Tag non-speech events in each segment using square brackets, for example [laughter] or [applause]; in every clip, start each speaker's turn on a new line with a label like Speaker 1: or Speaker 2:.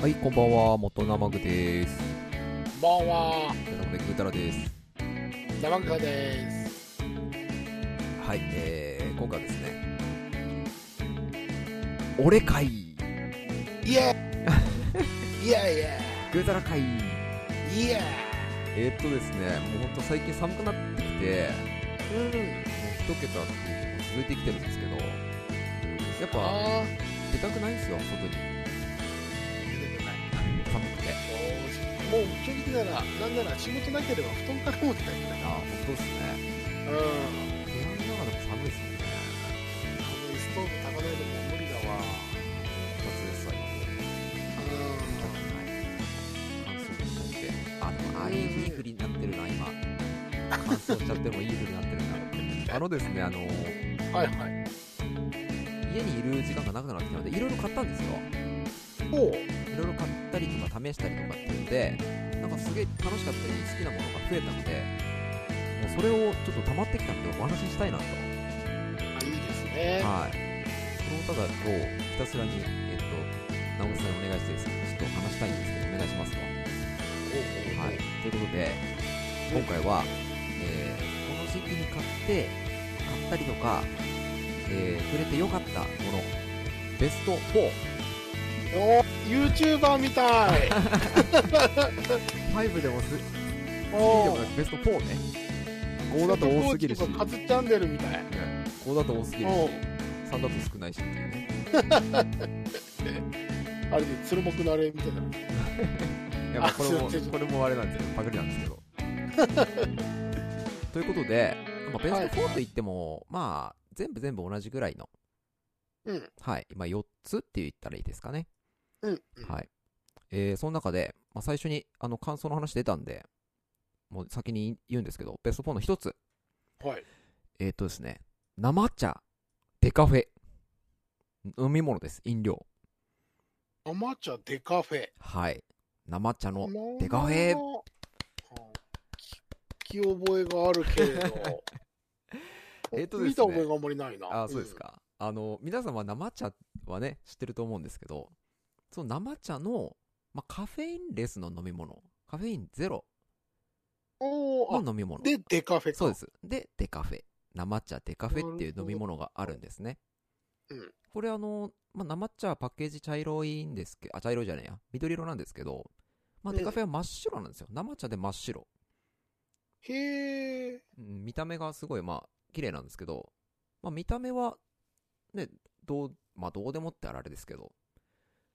Speaker 1: はい、こんばんは、元生具です。
Speaker 2: こんばんは、
Speaker 1: 元生具でぐーたらです。
Speaker 2: 生川です。
Speaker 1: はい、えー、今回はですね、俺会、
Speaker 2: イエ [laughs] ーイイエーイイエ
Speaker 1: ぐーたら会。
Speaker 2: ーイイエ
Speaker 1: えー、っとですね、もうほんと最近寒くなってきて、
Speaker 2: ーイうん。
Speaker 1: もう一桁っていうのも続いてきてるんですけど、やっぱ
Speaker 2: あ
Speaker 1: 出たくないんですよ、外に。
Speaker 2: ー出てこない
Speaker 1: 寒くて。
Speaker 2: もう正直なら、なんなら仕事なければ布団からも出たくな
Speaker 1: あ
Speaker 2: い。
Speaker 1: ー、ほんとですね。
Speaker 2: うん。
Speaker 1: 部屋の中でも寒いですもんね。
Speaker 2: ストーブ炊かないともう無理だわ。
Speaker 1: 一発ですわ、今。乾燥しちゃってあでもああいいいい振りになってるな今乾燥しちゃってもいい振りになってるなあのですねあの家
Speaker 2: うん。はいはい。
Speaker 1: にいる時間がなくなってきたのでいろいろ買ったんですよ
Speaker 2: おう。
Speaker 1: いろいろ買ったりとか試したりとかっていうのでなんかすげえ楽しかったり好きなものが増えたのでもうそれをちょっと溜まってきたのでお話ししたいなと
Speaker 2: あいいですね。
Speaker 1: はいそれをただ今日ひたすらにえっと直木さんにお願いしてですねちょっと話したいんですけどお願いしますと
Speaker 2: おうおうおう
Speaker 1: はい、ということで今回は、えーこの時期に買って買ったりとか、えー触れてよかったものベスト45
Speaker 2: おユーチューバーみた [laughs] い。
Speaker 1: でもすで
Speaker 2: おう。
Speaker 1: ベスト4ね5だと多すぎるし
Speaker 2: コーチとかカズチャンネルみたい。
Speaker 1: 5だと多すぎるし
Speaker 2: おう。
Speaker 1: 3だと少ないしっていうね
Speaker 2: あれで鶴木のあれみたいな。
Speaker 1: いやまあ
Speaker 2: あ
Speaker 1: これも
Speaker 2: すいません
Speaker 1: これもあれなんですよパクリなんですけど [laughs] ということで、まあ、ベスト4といっても、まあ全部全部同じぐらいの
Speaker 2: うん。
Speaker 1: はい、まあ、4つって言ったらいいですかね
Speaker 2: うん。
Speaker 1: はい。えーその中で、まあ、最初に、あの、感想の話出たんで、もう先に言うんですけど、ベスト4の一つ。
Speaker 2: はい。
Speaker 1: えーっ、とですね、生茶、デカフェ。飲み物です、飲料。
Speaker 2: アマチュアデカフェ。
Speaker 1: はい。生茶の、デ
Speaker 2: で
Speaker 1: カ
Speaker 2: か
Speaker 1: フェ。
Speaker 2: 聞き覚えがあるけれど
Speaker 1: [laughs] えっとですね
Speaker 2: 見た覚えがあんまりないな。
Speaker 1: あー、そうですか。あの、皆様生茶はね、知ってると思うんですけど、その生茶の、まあ、カフェインレスの飲み物。カフェインゼロ
Speaker 2: うん。おー
Speaker 1: の飲み物
Speaker 2: あ、。で、デカフェか。
Speaker 1: そうです。で、デカフェ。生茶デカフェっていう飲み物があるんですね。
Speaker 2: うん
Speaker 1: これあの、まあ、生茶はパッケージ茶色いんですけど、あ、茶色じゃないや。緑色なんですけど、まあ、
Speaker 2: うん
Speaker 1: デカフェは真っ白なんですよ。生茶で真っ白。
Speaker 2: へえ。
Speaker 1: うん見た目がすごい、まあ、綺麗なんですけど、まあ、見た目は、ね、どう、まあ、どうでもってあられですけど、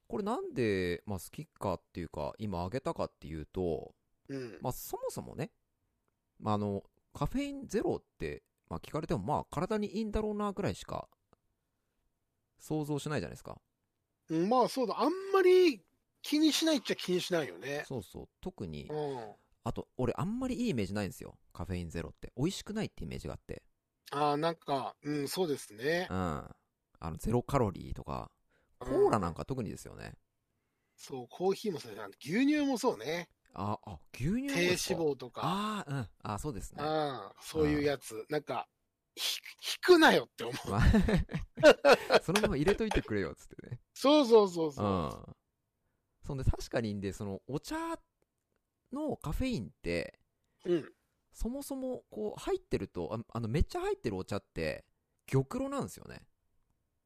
Speaker 1: これなんで、まあ、好きかっていうか、今あげたかっていうと、
Speaker 2: うん。
Speaker 1: まあ、そもそもね、まあ、あの、カフェインゼロって、まあ、聞かれても、まあ、体にいいんだろうな、ぐらいしか、想像しないじゃないですか。
Speaker 2: うんまあそうだ。あんまり気にしないっちゃ気にしないよね。
Speaker 1: そうそう。特に
Speaker 2: う、ん。
Speaker 1: あと、俺、あんまりいいイメージないんですよ。カフェインゼロって。美味しくないってイメージがあって。
Speaker 2: ああ、なんか、うん、そうですね
Speaker 1: う。ん。あの、ゼロカロリーとか、コーラなんか特にですよね。
Speaker 2: そう、コーヒーもそうだし牛乳もそうね。
Speaker 1: あ、あ、牛乳も
Speaker 2: 低
Speaker 1: で
Speaker 2: 脂
Speaker 1: すか。
Speaker 2: 肪とか。
Speaker 1: ああ、うん。あそうですね。
Speaker 2: うん。そういうやつ。なんか、ひ引くなよって思う。
Speaker 1: まあ [laughs] そのまま入れといてくれよ、つってね。
Speaker 2: そうそうそうそうう。
Speaker 1: ん。そんで、確かにんで、その、お茶のカフェインって、
Speaker 2: うん。
Speaker 1: そもそも、こう、入ってると、ああの、めっちゃ入ってるお茶って、玉露なんですよね。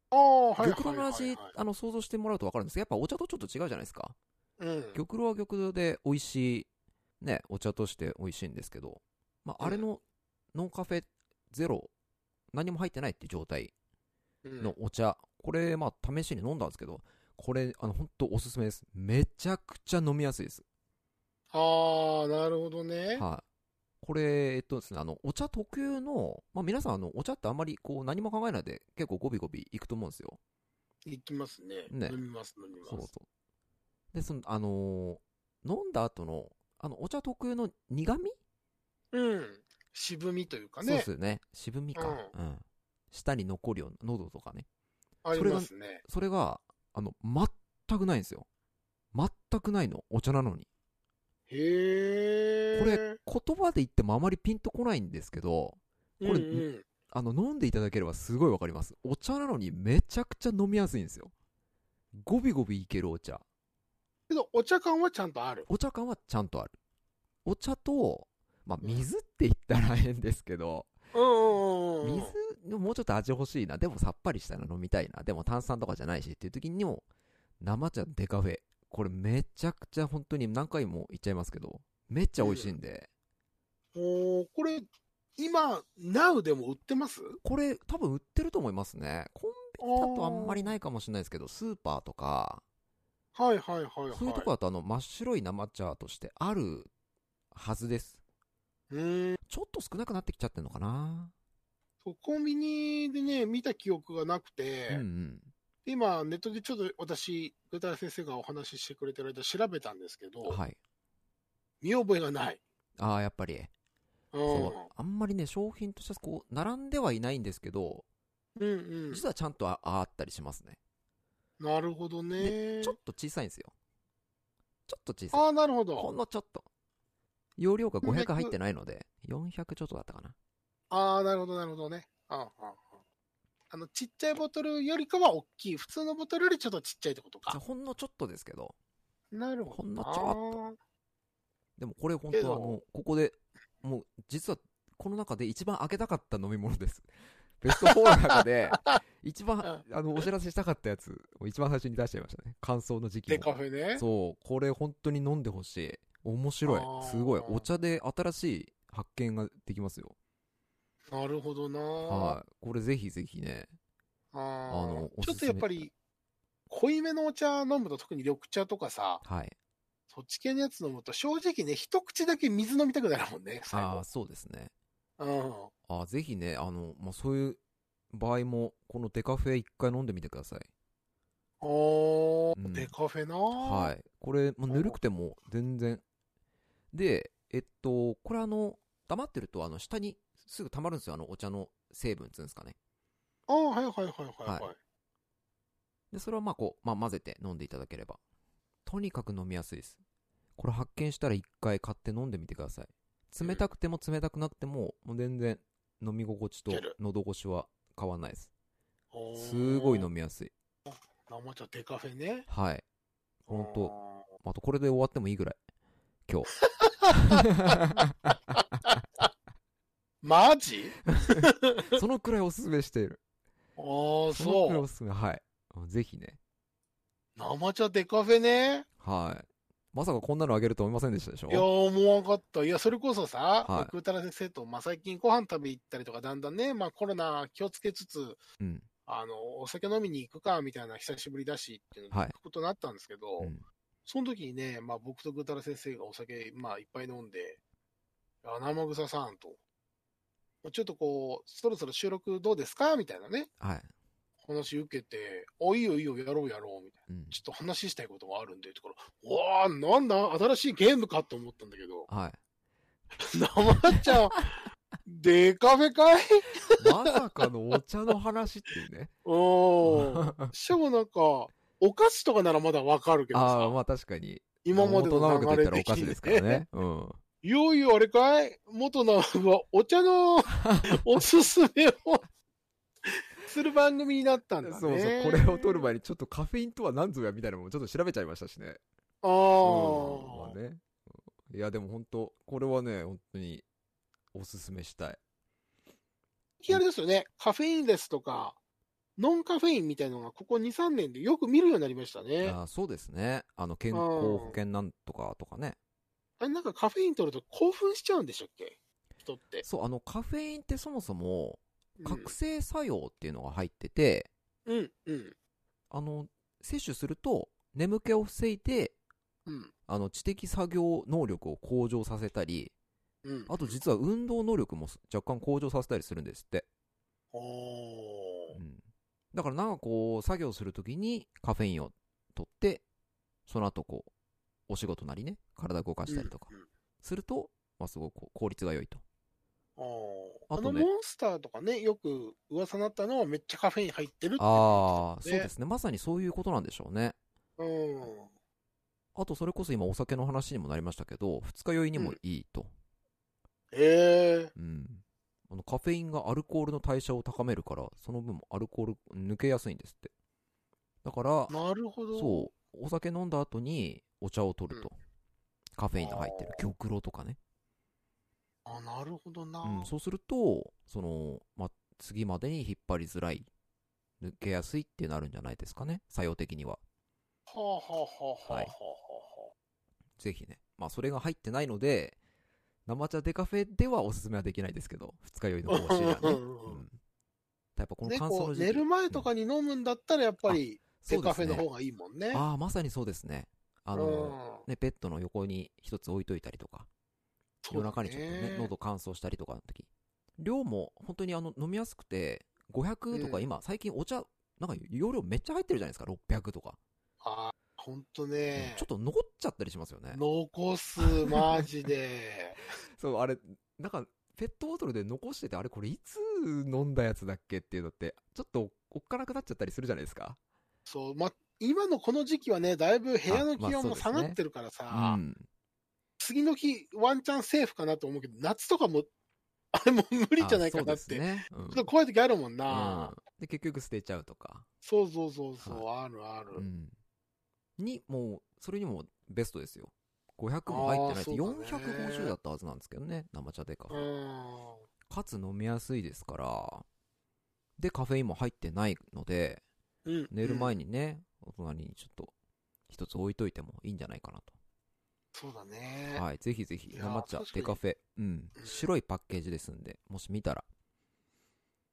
Speaker 2: ああ、はいはいはい、は
Speaker 1: 玉
Speaker 2: い。
Speaker 1: 露の味、あの、想像してもらうとわかるんですけど、やっぱお茶とちょっと違うじゃないですか。
Speaker 2: うん。
Speaker 1: 玉露は玉露で美味しい、ね、お茶として美味しいんですけど、まあ、あれの、ノンカフェゼロ、何も入ってないっていう状態
Speaker 2: うん
Speaker 1: のお茶、これ、まあ、試しに飲んだんですけど、これ、あの、本当おすすめです。めちゃくちゃ飲みやすいです。
Speaker 2: ああ、なるほどね。
Speaker 1: はい。これ、えっとですね、あの、お茶特有の、まあ、皆さん、あの、お茶ってあんまり、こう、何も考えないで、結構ゴビゴビいくと思うんですよ。
Speaker 2: いきますね。
Speaker 1: ね
Speaker 2: 飲みます、飲みます。
Speaker 1: そうそう。で、その、あのー飲んだ後の、あの、お茶特有の苦味、
Speaker 2: うん。渋みというか
Speaker 1: そうで
Speaker 2: ね
Speaker 1: す。よね。渋みか。うん。舌に残るような、喉とかね。
Speaker 2: ありますね。
Speaker 1: それが、あの、全くないんですよ。全くないの。お茶なのに。
Speaker 2: へえ。
Speaker 1: これ、言葉で言ってもあまりピンとこないんですけど、これ
Speaker 2: うんうん、
Speaker 1: あの、飲んでいただければすごいわかります。お茶なのにめちゃくちゃ飲みやすいんですよ。ゴビゴビいけるお茶。
Speaker 2: けど、お茶感はちゃんとある。
Speaker 1: お茶感はちゃんとある。お茶と、まあ、水って言ったら変ですけど、
Speaker 2: うんうんうんうんうん。
Speaker 1: 水もうちょっと味欲しいな。でもさっぱりしたの飲みたいな。でも炭酸とかじゃないしっていう時にも、生茶デカフェ。これめちゃくちゃ本当に何回も言っちゃいますけど、めっちゃ美味しいんで、
Speaker 2: おーこれ、今、Now でも売ってます
Speaker 1: これ多分売ってると思いますね。コンビニだとあんまりないかもしれないですけど、スーパーとか、
Speaker 2: はいはいはいはい。
Speaker 1: そういうとこだとあの真っ白い生茶としてあるはずです。
Speaker 2: うーん。
Speaker 1: ちょっと少なくなってきちゃってるのかな
Speaker 2: そうコンビニでね、見た記憶がなくて、
Speaker 1: うんうん。
Speaker 2: で今、ネットでちょっと私、具体先生がお話ししてくれてる間、調べたんですけど、
Speaker 1: はい。
Speaker 2: 見覚えがない。
Speaker 1: ああ、やっぱり。
Speaker 2: うん。
Speaker 1: そう。あんまりね、商品としてこう、並んではいないんですけど、
Speaker 2: うんうん。
Speaker 1: 実はちゃんとああったりしますね。
Speaker 2: なるほどね
Speaker 1: ちょ。っと小さいんですよ。ちょっと小さい。
Speaker 2: ああ、なるほ
Speaker 1: ほん
Speaker 2: ど。
Speaker 1: のちょっと。容量が500入ってないので、400ちょっとだったかな。
Speaker 2: ああ、なるほど、なるほどね。あああああの、ちっちゃいボトルよりかは大きい。普通のボトルよりちょっとちっちゃいってことか。
Speaker 1: ほんのちょっとですけど。
Speaker 2: なるほ
Speaker 1: ほ
Speaker 2: ど。
Speaker 1: んのちょ
Speaker 2: っ
Speaker 1: でもこれ本
Speaker 2: け
Speaker 1: 当
Speaker 2: ど
Speaker 1: はもう、ここで、もう実はこの中で一番開けたかった飲み物
Speaker 2: [laughs]
Speaker 1: です。ベスト4の中で、一番、あの、お知らせしたかったやつを一番最初に出しちゃいましたね。感想の時期
Speaker 2: デ
Speaker 1: も。
Speaker 2: カフェね。
Speaker 1: そう、これ本当に飲んでほしい。面白い
Speaker 2: あ。ー
Speaker 1: すごい。お茶で新しい発見ができますよ。
Speaker 2: なるほどな。
Speaker 1: はい。これぜひぜひね。あ
Speaker 2: あの
Speaker 1: のおすすめ
Speaker 2: ちょっとやっぱり、濃いめのお茶飲むと、特に緑茶とかさ、
Speaker 1: はい。
Speaker 2: そっち系のやつ飲むと、正直ね、一口だけ水飲みたくなるもんね、最
Speaker 1: あ
Speaker 2: 後
Speaker 1: あ、。そうですね。
Speaker 2: うん。
Speaker 1: あーぜひね、あの、まあ、そういう場合も、このデカフェ一回飲んでみてください。
Speaker 2: おー、
Speaker 1: うん
Speaker 2: デカフェな。。
Speaker 1: はいい。これ、まあ、ぬるくても全然。で、えっと、これあの、黙ってると、あの、下にすぐ溜まるんですよ。あの、お茶の成分っつうんですかね。
Speaker 2: ああ、はいはいはいはい、
Speaker 1: は
Speaker 2: はい。
Speaker 1: で、それはまあこう、まあ混ぜて飲んでいただければ。とにかく飲みやすいです。これ発見したら一回買って飲んでみてください。冷たくても冷たくなくても、もう全然飲み心地と
Speaker 2: いける
Speaker 1: 喉越しは変わんないです。
Speaker 2: おー
Speaker 1: すごい飲みやすい。
Speaker 2: 生茶デカフェね。
Speaker 1: はい。ほんと
Speaker 2: あー。
Speaker 1: あとこれで終わってもいいぐらい。今日。
Speaker 2: [laughs] マジ
Speaker 1: そのくらいおすすめしている。
Speaker 2: ああ、
Speaker 1: そのくらい
Speaker 2: そ
Speaker 1: おすすめ。はい。ぜひね。
Speaker 2: う。生茶デカフェね。
Speaker 1: はい。まさかこんなのあげると思いませんでしたでし
Speaker 2: いや、
Speaker 1: ょ
Speaker 2: 思わんかった。いや、それこそさ、
Speaker 1: はい
Speaker 2: クータラ先生と、まあ、最近ご飯食べ行ったりとか、だんだんね、まあ、コロナ気をつけつつ、
Speaker 1: うん。
Speaker 2: あの、お酒飲みに行くか、みたいな、久しぶりだし、っていうの
Speaker 1: はい
Speaker 2: 行くことになったんですけど、
Speaker 1: うん
Speaker 2: その時にね、まあ、僕とグータラ先生がお酒、まあ、いっぱい飲んで、あ生臭さんと、まあちょっとこう、そろそろ収録どうですかみたいなね、
Speaker 1: はい。
Speaker 2: 話受けて、お、いいよいいよ、やろうやろう、みたいな。
Speaker 1: うん。
Speaker 2: ちょっと話したいことがあるんで、ところ、わあ、なんだ、新しいゲームかと思ったんだ
Speaker 1: [laughs]
Speaker 2: けど、
Speaker 1: はい。
Speaker 2: 生茶、デカフェかい
Speaker 1: まさかのお茶の話っていう
Speaker 2: [laughs]
Speaker 1: ね。
Speaker 2: お
Speaker 1: [laughs]
Speaker 2: ー。しかもなんか、お菓子とかならまだわかるけど
Speaker 1: ああ、
Speaker 2: さ、
Speaker 1: まあ確かに。
Speaker 2: 今まで
Speaker 1: 元
Speaker 2: の
Speaker 1: 直樹
Speaker 2: 流れ
Speaker 1: と言っ
Speaker 2: 的
Speaker 1: たらお菓子
Speaker 2: に
Speaker 1: ですからね。うん。
Speaker 2: いよいよあれかい元のはお茶
Speaker 1: [laughs]
Speaker 2: のおすすめをする番組になったんだね。
Speaker 1: そうそう。これを取る前にちょっとカフェインとは何ぞやみたいなのもちょっと調べちゃいましたしね。
Speaker 2: あ
Speaker 1: うんま
Speaker 2: ー
Speaker 1: あね。いや、でも本当これはね、本当におすすめしたい。
Speaker 2: いきなりですよね、カフェインですとか、ノンカフェインみたいなのがここ2、3年でよく見るようになりましたね。
Speaker 1: あーそうですね。あの、健康保険なんとかとかね。
Speaker 2: あれなんかカフェイン取ると興奮しちゃうんでしたっけ人って。
Speaker 1: そう、あの、カフェインってそもそも、
Speaker 2: うん
Speaker 1: 覚醒作用っていうのが入ってて、
Speaker 2: うん、うん、
Speaker 1: あの、摂取すると、眠気を防いで、
Speaker 2: うん、
Speaker 1: あの、知的作業能力を向上させたり、
Speaker 2: うん。
Speaker 1: あと実は運動能力も若干向上させたりするんですって。
Speaker 2: お
Speaker 1: うん。だからなんかこう、作業するときにカフェインを取って、その後こう、お仕事なりね、体動か
Speaker 2: ー
Speaker 1: したりとか、
Speaker 2: うんうん
Speaker 1: すると、まあ、すごくこう効率が良いと。
Speaker 2: あー
Speaker 1: あ
Speaker 2: あ
Speaker 1: と
Speaker 2: の
Speaker 1: ね
Speaker 2: モンスターとかね、よく噂になったのはめっちゃカフェイン入ってるって。
Speaker 1: ああ、そう
Speaker 2: ね
Speaker 1: ですね。まさにそういうことなんでしょうね。
Speaker 2: うん。
Speaker 1: あと、それこそ今お酒の話にもなりましたけど、二日酔いにもいいと。
Speaker 2: ええ
Speaker 1: うん。あのカフェインがアルコールの代謝を高めるから、その分アルコール抜けやすいんですって。だから、
Speaker 2: なるほど。
Speaker 1: そう、お酒飲んだ後に、お茶を取ると、カフェインの入ってる
Speaker 2: あ
Speaker 1: 玉露とかね、
Speaker 2: あ、なるほどな。
Speaker 1: うん、そうするとその、ま、次までに引っ張りづらい抜けやすいってなるんじゃないですかね作用的には
Speaker 2: はあはあはあはあはあは
Speaker 1: はいぜひねまあそれが入ってないので生茶デカフェではおすすめはできないですけど二日酔いの方針はね、
Speaker 2: う
Speaker 1: うんん
Speaker 2: うんうんうん、
Speaker 1: やっぱこの
Speaker 2: ね、
Speaker 1: 乾燥
Speaker 2: こ
Speaker 1: の
Speaker 2: う
Speaker 1: 時期
Speaker 2: 寝る前とかに飲むんだったら、やっぱり、
Speaker 1: そ
Speaker 2: デ
Speaker 1: う
Speaker 2: カ
Speaker 1: で
Speaker 2: フ
Speaker 1: す
Speaker 2: ェの
Speaker 1: ね
Speaker 2: 方がいいもんね。
Speaker 1: ああまさにそうですねあの、
Speaker 2: うん
Speaker 1: ね、ベッドの横に一つ置いといたりとか、
Speaker 2: そう
Speaker 1: 夜
Speaker 2: だ
Speaker 1: 中にちょっとね、喉乾燥したりとかの時。量も本当にあの飲みやすくて、500と
Speaker 2: う
Speaker 1: か
Speaker 2: ん
Speaker 1: 今、最近お茶、なんか容量めっちゃ入ってるじゃないですか、600とか。
Speaker 2: ああ、ほんと
Speaker 1: う
Speaker 2: ね
Speaker 1: んちょっ。と残っちゃったりしますよね。
Speaker 2: 残す、マ
Speaker 1: [laughs]
Speaker 2: ジで。
Speaker 1: そう、あれ、なんか、ペットボトルで残してて、あれこれいつ飲んだやつだっけっていうのって、ちょっとおっかなくなっちゃったりするじゃないですか。
Speaker 2: そう、ま、今のこの時期はね、だいぶ部屋の
Speaker 1: あまあ
Speaker 2: 気
Speaker 1: そう
Speaker 2: 温も
Speaker 1: です
Speaker 2: 下
Speaker 1: ね
Speaker 2: がってるから
Speaker 1: う
Speaker 2: さ、
Speaker 1: ん。
Speaker 2: 次の日、ワンチャンセーフかなと思うけど、夏とかも、あれもう無理じゃないかな
Speaker 1: あ
Speaker 2: っ
Speaker 1: そうです
Speaker 2: て。
Speaker 1: ね。うん
Speaker 2: ちょっと怖い時あるもんな。
Speaker 1: うんで、結局捨てちゃうとか。
Speaker 2: そうそうそうそう、あるある。
Speaker 1: うん、にもうそれにもベストですよ500も入ってないって
Speaker 2: あーそうだね
Speaker 1: 450だったはずなんですけどね生茶でカフ
Speaker 2: う
Speaker 1: ェ
Speaker 2: ん。
Speaker 1: かつ飲みやすいですからでカフェインも入ってないので
Speaker 2: うん、
Speaker 1: 寝る前
Speaker 2: に。
Speaker 1: にね、お隣にちょっと一つ置いといてもいいんじゃないかな
Speaker 2: そうだね。
Speaker 1: とはいぜひぜひ
Speaker 2: いやー
Speaker 1: 生茶
Speaker 2: 確かに
Speaker 1: デカフェうん
Speaker 2: うん
Speaker 1: 白いパッケージですんでもし見たら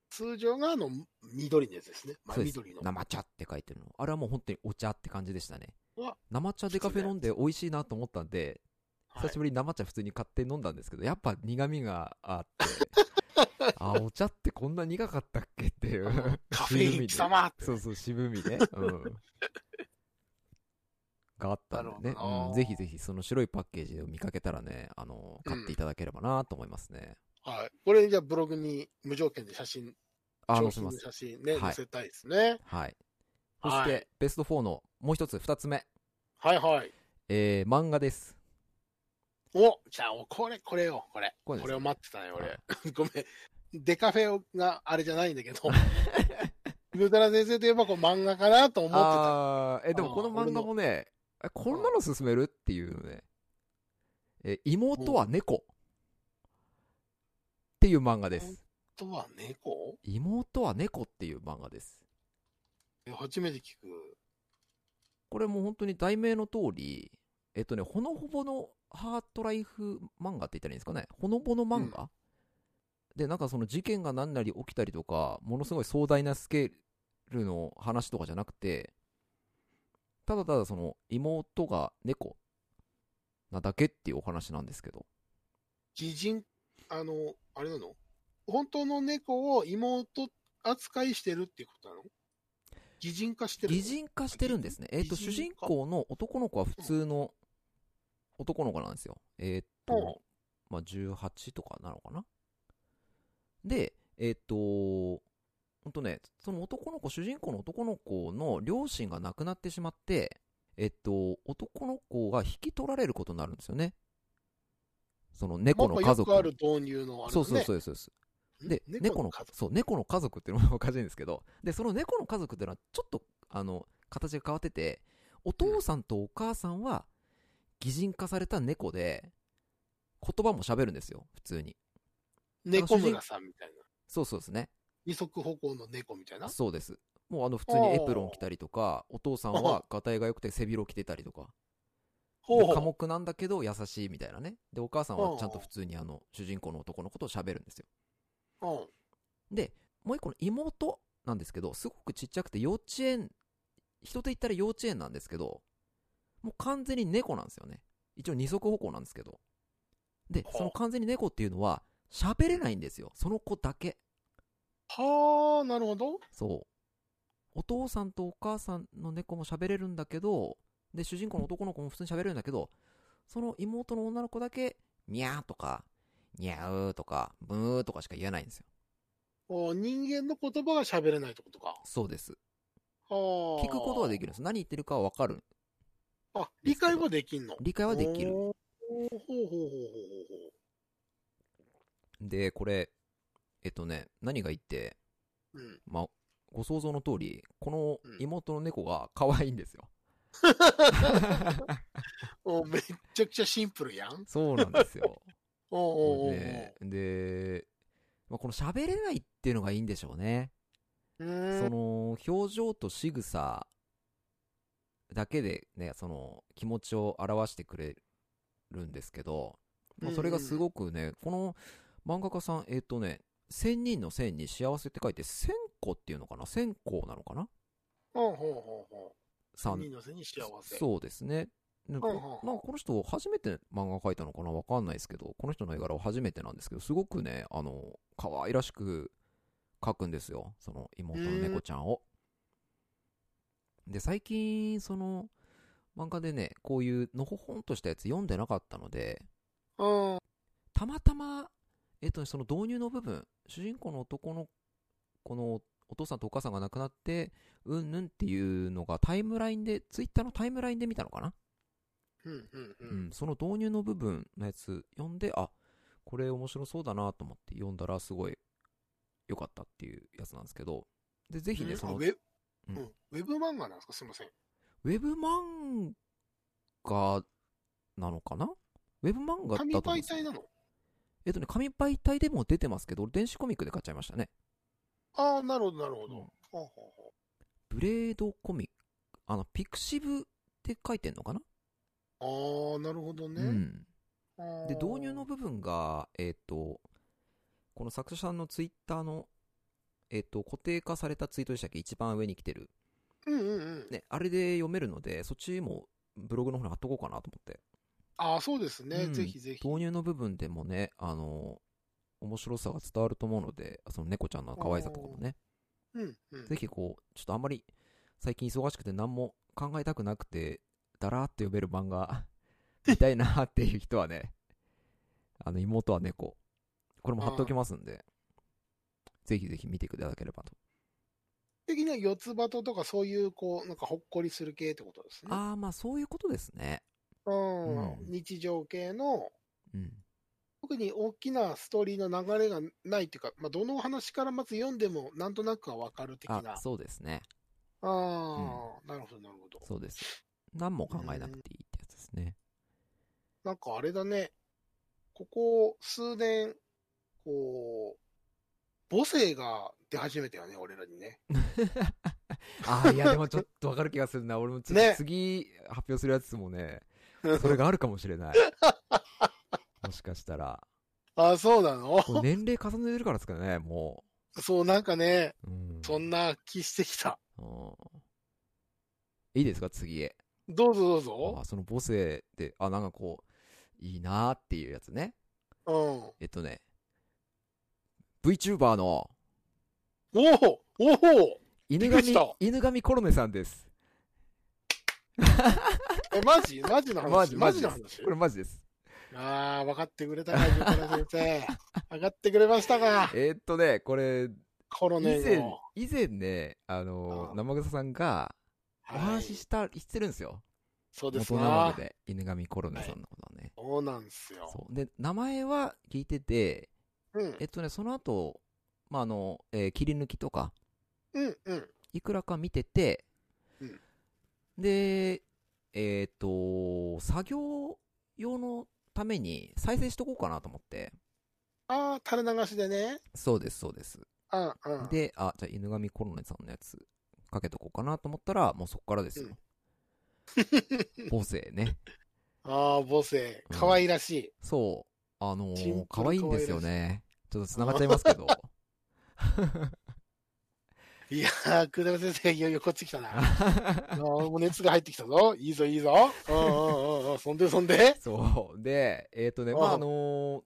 Speaker 2: 通常があの緑のやつですね。真
Speaker 1: そうです
Speaker 2: 緑の。
Speaker 1: 生茶って書いてるのあれはもう本当にお茶って感じでしたね
Speaker 2: うわ
Speaker 1: 生茶デカフェ飲んで美味しいなと思ったんで
Speaker 2: はい
Speaker 1: 久しぶりに生茶普通に買って飲んだんですけど、やっぱ苦味があ
Speaker 2: [laughs]
Speaker 1: って、あ、お茶ってこんな苦かったっけっていう。
Speaker 2: カフェイン貴様って。
Speaker 1: そうそう、渋み
Speaker 2: [laughs]
Speaker 1: ね。うん。があったんで
Speaker 2: なる
Speaker 1: ね、
Speaker 2: ほどな
Speaker 1: うんぜひぜひその白いパッケージを見かけたらね、あの、買っていただければなと思いますね。
Speaker 2: はい。これじゃあブログに無条件で写真、
Speaker 1: あ、
Speaker 2: 商
Speaker 1: 載せ
Speaker 2: 品
Speaker 1: ま
Speaker 2: の
Speaker 1: す。
Speaker 2: 写真ね、
Speaker 1: はい
Speaker 2: 載せたいですね。
Speaker 1: はい。そし
Speaker 2: はい
Speaker 1: て、ベスト4のもう一つ、二つ目。
Speaker 2: はいはい。
Speaker 1: えー、漫画です。
Speaker 2: おじゃあ、おこれ、これよ、これ。
Speaker 1: こ
Speaker 2: こ
Speaker 1: れですね
Speaker 2: れを待ってたね、
Speaker 1: は
Speaker 2: 俺
Speaker 1: い。
Speaker 2: [laughs] ごめん。デカフェがあれじゃないん
Speaker 1: [laughs]
Speaker 2: だけど、グータラ先生といえばこう漫画かなと思ってた。
Speaker 1: あーえ、でもこの漫画もね、えこんなの勧めるっていうね。え、妹は猫。っていう漫画です。
Speaker 2: あとは猫
Speaker 1: 妹は猫っていう漫画です。
Speaker 2: 初めて聞く。
Speaker 1: これもう本当に題名の通り、えっとね、ほのほぼのハートライフ漫画って言ったらいいんですかね。ほのぼの漫画、で、なんかその事件が何なり起きたりとか、ものすごい壮大なスケールの話とかじゃなくて、ただただその妹が猫なだけっていうお話なんですけど。
Speaker 2: 擬人、あの、あれなの本当の猫を妹扱いしてるっていうことなの擬人化してるの
Speaker 1: 擬人化してるんですね。えっ、と、
Speaker 2: 擬人
Speaker 1: 主人
Speaker 2: 化
Speaker 1: 公の男の子は普通の男の子なんですよ。えっ、と、まあ、18とかなのかな。で、えっ、と、ほんとね、その男の子、主人公の男の子の両親が亡くなってしまって、えっ、と、男の子が引き取られることになるんですよね。その猫の
Speaker 2: まあ
Speaker 1: 家族
Speaker 2: よ
Speaker 1: に
Speaker 2: くある導入のあれだね
Speaker 1: そうそうそうですそうです。で、
Speaker 2: ん
Speaker 1: 猫の
Speaker 2: 家族
Speaker 1: そう、猫の家族っていうのもおかしいんですけど、で、その猫の家族っていうのは、ちょっと、あの、形が変わってて、お父さんとお母さんは、擬人化された猫で、言葉も喋るんですよ、普通に。
Speaker 2: 猫村さんみたいな。
Speaker 1: そうそうですね。
Speaker 2: 二足歩行の猫みたいな。
Speaker 1: そうです。もうあの、普通にエプロン着たりとか、お父さん
Speaker 2: お
Speaker 1: は
Speaker 2: う
Speaker 1: ガタイが良くて背広着てたりとか、
Speaker 2: ほう
Speaker 1: で
Speaker 2: ほう
Speaker 1: 寡黙なんだけど優しいみたいなね。で、お母さんはちゃんと普通にあの、主人公の男の子と喋るんですよ。
Speaker 2: うん
Speaker 1: で、もう一個の妹なんですけど、すごくちっちゃくて幼稚園、人で言ったら幼稚園なんですけど、もう完全に猫なんですよね。一応二足歩行なんですけど。で
Speaker 2: は、あ
Speaker 1: その完全に猫っていうのは、喋れないんですよ。その子だけ。
Speaker 2: はあ、なるほど。
Speaker 1: そう。お父さんとお母さんの猫も喋れるんだけど、で、主人公の男の子も普通に喋れるんだけど、その妹の女の子だけ、にゃーとか、にゃうーとか、ブーとかしか言えないんですよ。
Speaker 2: お人間の言葉が喋れないってことか。
Speaker 1: そうです。
Speaker 2: はあ。
Speaker 1: 聞くことはでき
Speaker 2: る。
Speaker 1: るんです。何言ってるかはわかる。
Speaker 2: あ、理解はできんの。
Speaker 1: 理解はできる
Speaker 2: おーほうほうほうほうほう
Speaker 1: で、これ、えっとね、何が言って、
Speaker 2: ほう。うん。
Speaker 1: まあ、ご想像の通り、この
Speaker 2: うん
Speaker 1: 妹の猫が可愛いんですよ。
Speaker 2: おめっちゃくちゃシンプルやん。
Speaker 1: そうなんですよ。
Speaker 2: [laughs] おうおうおうおう、
Speaker 1: で、でまあ、この喋れないっていうのがいいんでしょうね。
Speaker 2: う
Speaker 1: そ
Speaker 2: ーん。
Speaker 1: の表情と仕草だけでね、その気持ちを表してくれるんですけど、まあ、それがすごくね、この漫画家さん、えっ、とね、千人の千に幸せって書いて、千個っていうのかな千個なのかな
Speaker 2: ほうほうほうほ
Speaker 1: さ
Speaker 2: う。
Speaker 1: ん
Speaker 2: 人のせに幸せ。
Speaker 1: そうですね。なんか
Speaker 2: うんうん
Speaker 1: なんかこの人、初めて漫画描いたのかなわかんないですけど、この人の絵柄は初めてなんですけど、すごくね、あの、可愛らしく描くんですよ。その妹の猫ちゃんを。で、最近、その、漫画でね、こういうのほほんとしたやつ読んでなかったので、
Speaker 2: うん。
Speaker 1: たまたま、えっとね、その導入の部分、主人公の男の、このお父さんとお母さんが亡くなって、うんぬんっていうのがタイムラインで、ツイッターのタイムラインで見たのかな
Speaker 2: うんうんう。
Speaker 1: うんん、その導入の部分のやつ読んで、あ、これ面白そうだなと思って読んだらすごい良かったっていうやつなんですけど、で、ぜひね、
Speaker 2: うん
Speaker 1: そ
Speaker 2: あ
Speaker 1: の
Speaker 2: ウ
Speaker 1: ウ
Speaker 2: ェ
Speaker 1: う
Speaker 2: ブ、
Speaker 1: ん
Speaker 2: うんウェブ漫画なんですかすいません。
Speaker 1: ェブ漫画なのかなウェブ漫画だと
Speaker 2: 紙
Speaker 1: 思うん
Speaker 2: 媒
Speaker 1: ですよ
Speaker 2: 体なの
Speaker 1: えっとね、紙媒体でも出てますけど、俺電子コミックで買っちゃいましたね。
Speaker 2: ああ、なるほど、なるほど。
Speaker 1: うん
Speaker 2: ほうほうほ
Speaker 1: ブレードコミック、あの、ピクシブって書いてんのかな、
Speaker 2: う。ああ、なるほど
Speaker 1: う
Speaker 2: ね。
Speaker 1: ん。
Speaker 2: あー
Speaker 1: で、導入の、部分が、えっ、と、この作者さんのツイッターの、えっ、と、固定化されたツイートでしたっけ一番上に来てる。
Speaker 2: うんうんうん。
Speaker 1: ね、あれで読めるので、そっちもブログの方に貼っとこうかなと思って。
Speaker 2: ああ、そうですね。
Speaker 1: うん
Speaker 2: ぜひぜひ。
Speaker 1: 導入の部分でもね、あの、面白さが伝わると思うので、その猫ちゃんの可愛さとかもね、
Speaker 2: うんうん。
Speaker 1: ぜひこう、ちょっとあんまり最近忙しくて何も考えたくなくて、だらーって読める漫 [laughs] 画見たいなーっていう人はね、 [laughs] あの、妹は猫。これも貼っておきますんで、ぜひぜひ見ていただければと。
Speaker 2: 的には四つ葉ととかそういう、こう、なんかほっこりする系ってことですね。
Speaker 1: あー、まあそういうことですね。
Speaker 2: うん
Speaker 1: うん
Speaker 2: 日常系の、
Speaker 1: うん。
Speaker 2: 特に大きなストーリーの流れがないっていうか、まあ、どのお話からまず読んでもなんとなくはわかる的な。
Speaker 1: あ、そうですね。
Speaker 2: ああ、なるほど、なるほど。
Speaker 1: そうです。何も考えなくていいってやつですね。
Speaker 2: なんかあれだね、ここ数年、こう、母性が出始めたよね、俺らにね。
Speaker 1: [laughs] あー、いやでもちょっとわかる気がするな。俺もちょっ
Speaker 2: ね
Speaker 1: と次発表するやつも [laughs] ね、それがあるかもしれない。もしかしたら。
Speaker 2: あ、そうなの
Speaker 1: これ年齢重ねてるからですかね、も
Speaker 2: [laughs] そう、なんかね、
Speaker 1: う。うん。
Speaker 2: そんな気してきた。
Speaker 1: うんいいですか、次へ。
Speaker 2: どうぞどう
Speaker 1: あ
Speaker 2: ぞ。
Speaker 1: ーその母性で、あ、なんかこう、いいなーっていうやつね。
Speaker 2: うん。お
Speaker 1: えっとね、VTuber の
Speaker 2: おおお
Speaker 1: 犬
Speaker 2: びっくり
Speaker 1: 神
Speaker 2: した、
Speaker 1: 犬神コロネさんです。
Speaker 2: え、マジマジの話
Speaker 1: マジ
Speaker 2: マジの
Speaker 1: マジ
Speaker 2: 話
Speaker 1: これマジです。
Speaker 2: ああ、分かってくれたか、横田先生。 [laughs] 分かってくれましたか、
Speaker 1: えーっとね、これ、
Speaker 2: コロ
Speaker 1: 以
Speaker 2: ネ
Speaker 1: 前
Speaker 2: の。、
Speaker 1: 以前ね、あのー、
Speaker 2: ああ
Speaker 1: 生草さんがお話し
Speaker 2: はい
Speaker 1: した、してるんですよ。
Speaker 2: そうです
Speaker 1: 元な
Speaker 2: な
Speaker 1: の。で、犬神コロネさんのことはね。
Speaker 2: そうなんですよ。
Speaker 1: そう。で、名前は聞いてて、
Speaker 2: うん
Speaker 1: えっとね、その後、まあ、あの、えー切り抜きとか、
Speaker 2: うんうん。
Speaker 1: いくらか見てて、
Speaker 2: うん
Speaker 1: で、えっ、と、作業用のために再生しとこうかなと思って。
Speaker 2: ああ、垂れ流しでね。
Speaker 1: そうです、そうです。
Speaker 2: うんうん。
Speaker 1: で、あ、じゃあ犬神コロネさんのやつかけとこうかなと思ったら、もうそこからですよ。 [laughs] 母性ね。
Speaker 2: ああ、母性。
Speaker 1: うん
Speaker 2: 可愛らしい。
Speaker 1: そう。あの
Speaker 2: シンプ
Speaker 1: ー
Speaker 2: ル、
Speaker 1: 可愛いんですよね。ちょっと繋がっちゃいますけど。
Speaker 2: いやー、久田先生、いよいよこっち来たな。
Speaker 1: [laughs]
Speaker 2: あーもう熱が入ってきたぞ。いいぞ、いいぞ。うんうんうんうん。そんで、そんで。
Speaker 1: [laughs] そう。で、えっ、とね、ま
Speaker 2: あ
Speaker 1: あ、
Speaker 2: あ
Speaker 1: あのー、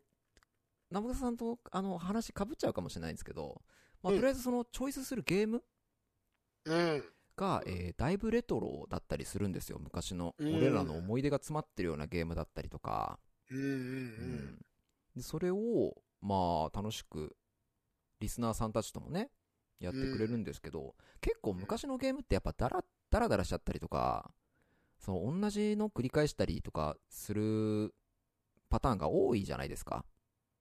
Speaker 1: 生草さんと、あの、話かぶっちゃうかもしれないんですけど、まあ、
Speaker 2: うん
Speaker 1: とりあえずその、チョイスするゲーム
Speaker 2: うん。
Speaker 1: が、えーだいぶレトロだったりするんですよ。昔の、
Speaker 2: うん
Speaker 1: 俺らの思い出が詰まってるようなゲームだったりとか、
Speaker 2: うんうん
Speaker 1: うんでそれを、まあ、楽しく、リスナーさんたちともね、やってくれるんですけど、結構昔のゲームってやっぱダラ、ダラダラしちゃったりとか、その同じの繰り返したりとかするパターンが多いじゃないですか。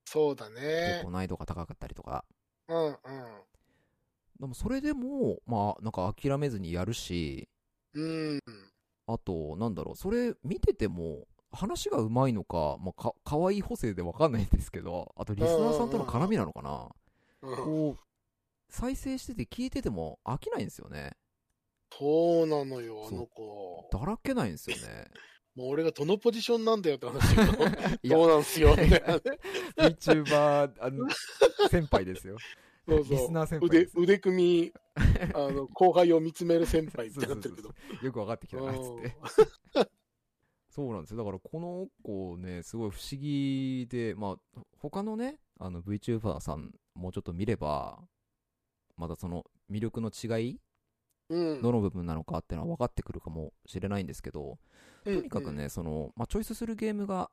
Speaker 2: そうだ
Speaker 1: 結
Speaker 2: ね。
Speaker 1: 構難易度が高かったりとか。
Speaker 2: うんうん。
Speaker 1: でもそれでも、まあ、なんか諦めずにやるし、
Speaker 2: うん。
Speaker 1: あと、なんだろう、それ見てても、話がうまいのか、まあ、か、可愛い補正でわかんないんですけど、あとリスナーさんとの絡みなのかな。
Speaker 2: うん、
Speaker 1: こう、再生してて聞いてても飽きないんですよね。
Speaker 2: そうなのよ、あ
Speaker 1: そう
Speaker 2: の子。
Speaker 1: だらけないんですよね。
Speaker 2: もう俺がどのポジションなんだよって話だけ
Speaker 1: [laughs] い
Speaker 2: ど
Speaker 1: や
Speaker 2: どうなんすよ、みたいなね。
Speaker 1: VTuber あの先輩ですよ。
Speaker 2: そうそう
Speaker 1: リスナー先輩で
Speaker 2: 腕
Speaker 1: す。
Speaker 2: 腕組
Speaker 1: [laughs]
Speaker 2: み、あの、後輩を見つめる先輩ってなってるけど。
Speaker 1: そうよく分かってきたなっつっ
Speaker 2: うん
Speaker 1: て。そうなんですよ。だからこの子ね、すごい不思議で、まあ、他のね、あの VTuber さんもうちょっと見れば、まだその魅力の違い、
Speaker 2: うん
Speaker 1: どの部分なのかっていうのは分かってくるかもしれないんですけど、と
Speaker 2: と
Speaker 1: にかくね、その、まあ、チョイスするゲームが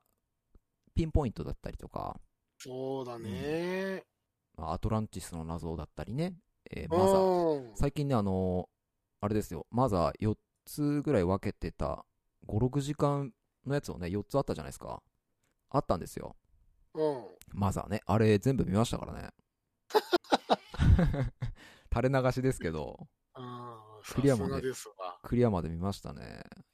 Speaker 1: ピンポイントだったりとか、
Speaker 2: そうだね。
Speaker 1: まあアトランティスの謎だったりね、えー
Speaker 2: う
Speaker 1: マザー、
Speaker 2: ん。
Speaker 1: 最近ね、あのあれですよ、マザー4つぐらい分けてた、5、6時間のやつをね、4つあったじゃないですか。あったんですよ。
Speaker 2: うん。
Speaker 1: マザーね。あれ、全部見ましたから
Speaker 2: [laughs]
Speaker 1: ね。垂れ流しですけど、
Speaker 2: あー
Speaker 1: クリアもね
Speaker 2: さすがですわ。
Speaker 1: クリアまで見ましたね。い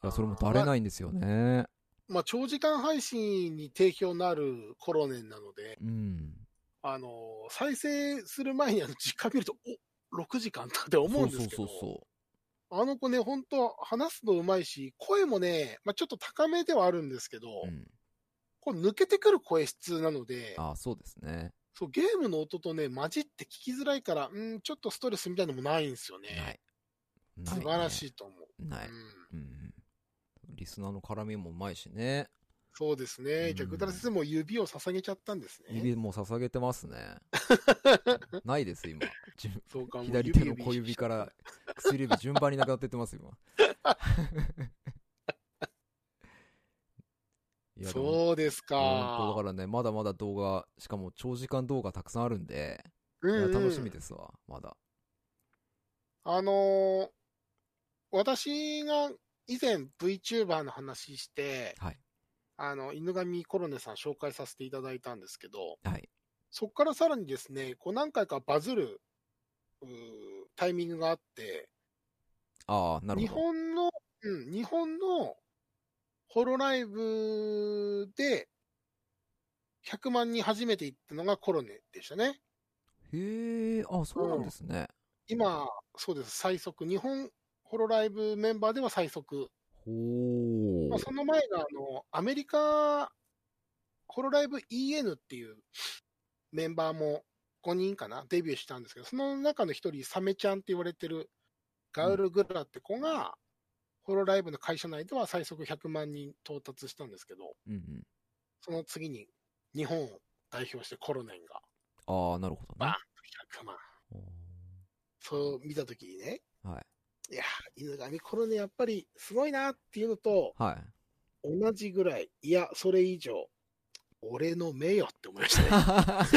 Speaker 2: あー
Speaker 1: や、それも垂れないんですよね。
Speaker 2: まあ、長時間配信に提供なるコロネンなので、
Speaker 1: うん。
Speaker 2: あの、再生する前にあの実家見ると、お6時間だって思うんですけ
Speaker 1: そう
Speaker 2: ど
Speaker 1: そう、そ
Speaker 2: あの子ね、本当話すのうまいし、声もね、まあ、ちょっと高めではあるんですけど、
Speaker 1: うそう。うん。
Speaker 2: こう抜けてくる声質なので、
Speaker 1: あーそうですね。
Speaker 2: そうゲームの音とね、混じって聞きづらいから、うん、ちょっとストレスみたいなのもないんですよね。
Speaker 1: ない。ない
Speaker 2: 素
Speaker 1: ね
Speaker 2: 晴らしいと思う。
Speaker 1: ない。
Speaker 2: うん、
Speaker 1: うん。リスナーの絡みもうまいしね。
Speaker 2: そうです
Speaker 1: う
Speaker 2: ね。
Speaker 1: ん
Speaker 2: 逆たら先生も指を捧げちゃったんですね。
Speaker 1: 指もう捧げてます
Speaker 2: [laughs]
Speaker 1: ね。ないです、今。自分
Speaker 2: そうか、もう
Speaker 1: 左手の小指から。薬指順番になくなってってます
Speaker 2: [laughs]
Speaker 1: 今いやでも
Speaker 2: そうですか。
Speaker 1: 本当だからねまだまだ動画しかも長時間動画たくさんあるんで、いや
Speaker 2: うんうん
Speaker 1: 楽しみですわまだ
Speaker 2: あのー私が以前 VTuber の話して、
Speaker 1: はい
Speaker 2: あの、犬神コロネさん紹介させていただいたんですけど、
Speaker 1: はい
Speaker 2: そこからさらにですね、こう何回かバズる、うータイミングがあって、
Speaker 1: ああなる
Speaker 2: 日
Speaker 1: ほど
Speaker 2: 本の、うん、日本のホロライブで100万人初めて行ったのがコロネでしたね。
Speaker 1: へえあそうなんですね、
Speaker 2: 今、そうです、最速。日本ホロライブメンバーでは最速。ま
Speaker 1: ほ
Speaker 2: あ、その前が、あの、アメリカ、ホロライブ EN っていうメンバーも5人かな、デビューしたんですけど、その中の一人、サメちゃんって言われてるガウル・グラって子が、ホロライブの会社内では最速100万人到達したんですけど、
Speaker 1: う、うんうん、
Speaker 2: その次に日本を代表してコロネンが
Speaker 1: ああなるほどね
Speaker 2: バ100万。そう見たときにね、
Speaker 1: はい
Speaker 2: いやー、犬神コロネンやっぱりすごいなっていうのと、
Speaker 1: はい
Speaker 2: 同じぐらい、いや、それ以上、俺の目よって思いました [laughs] ね。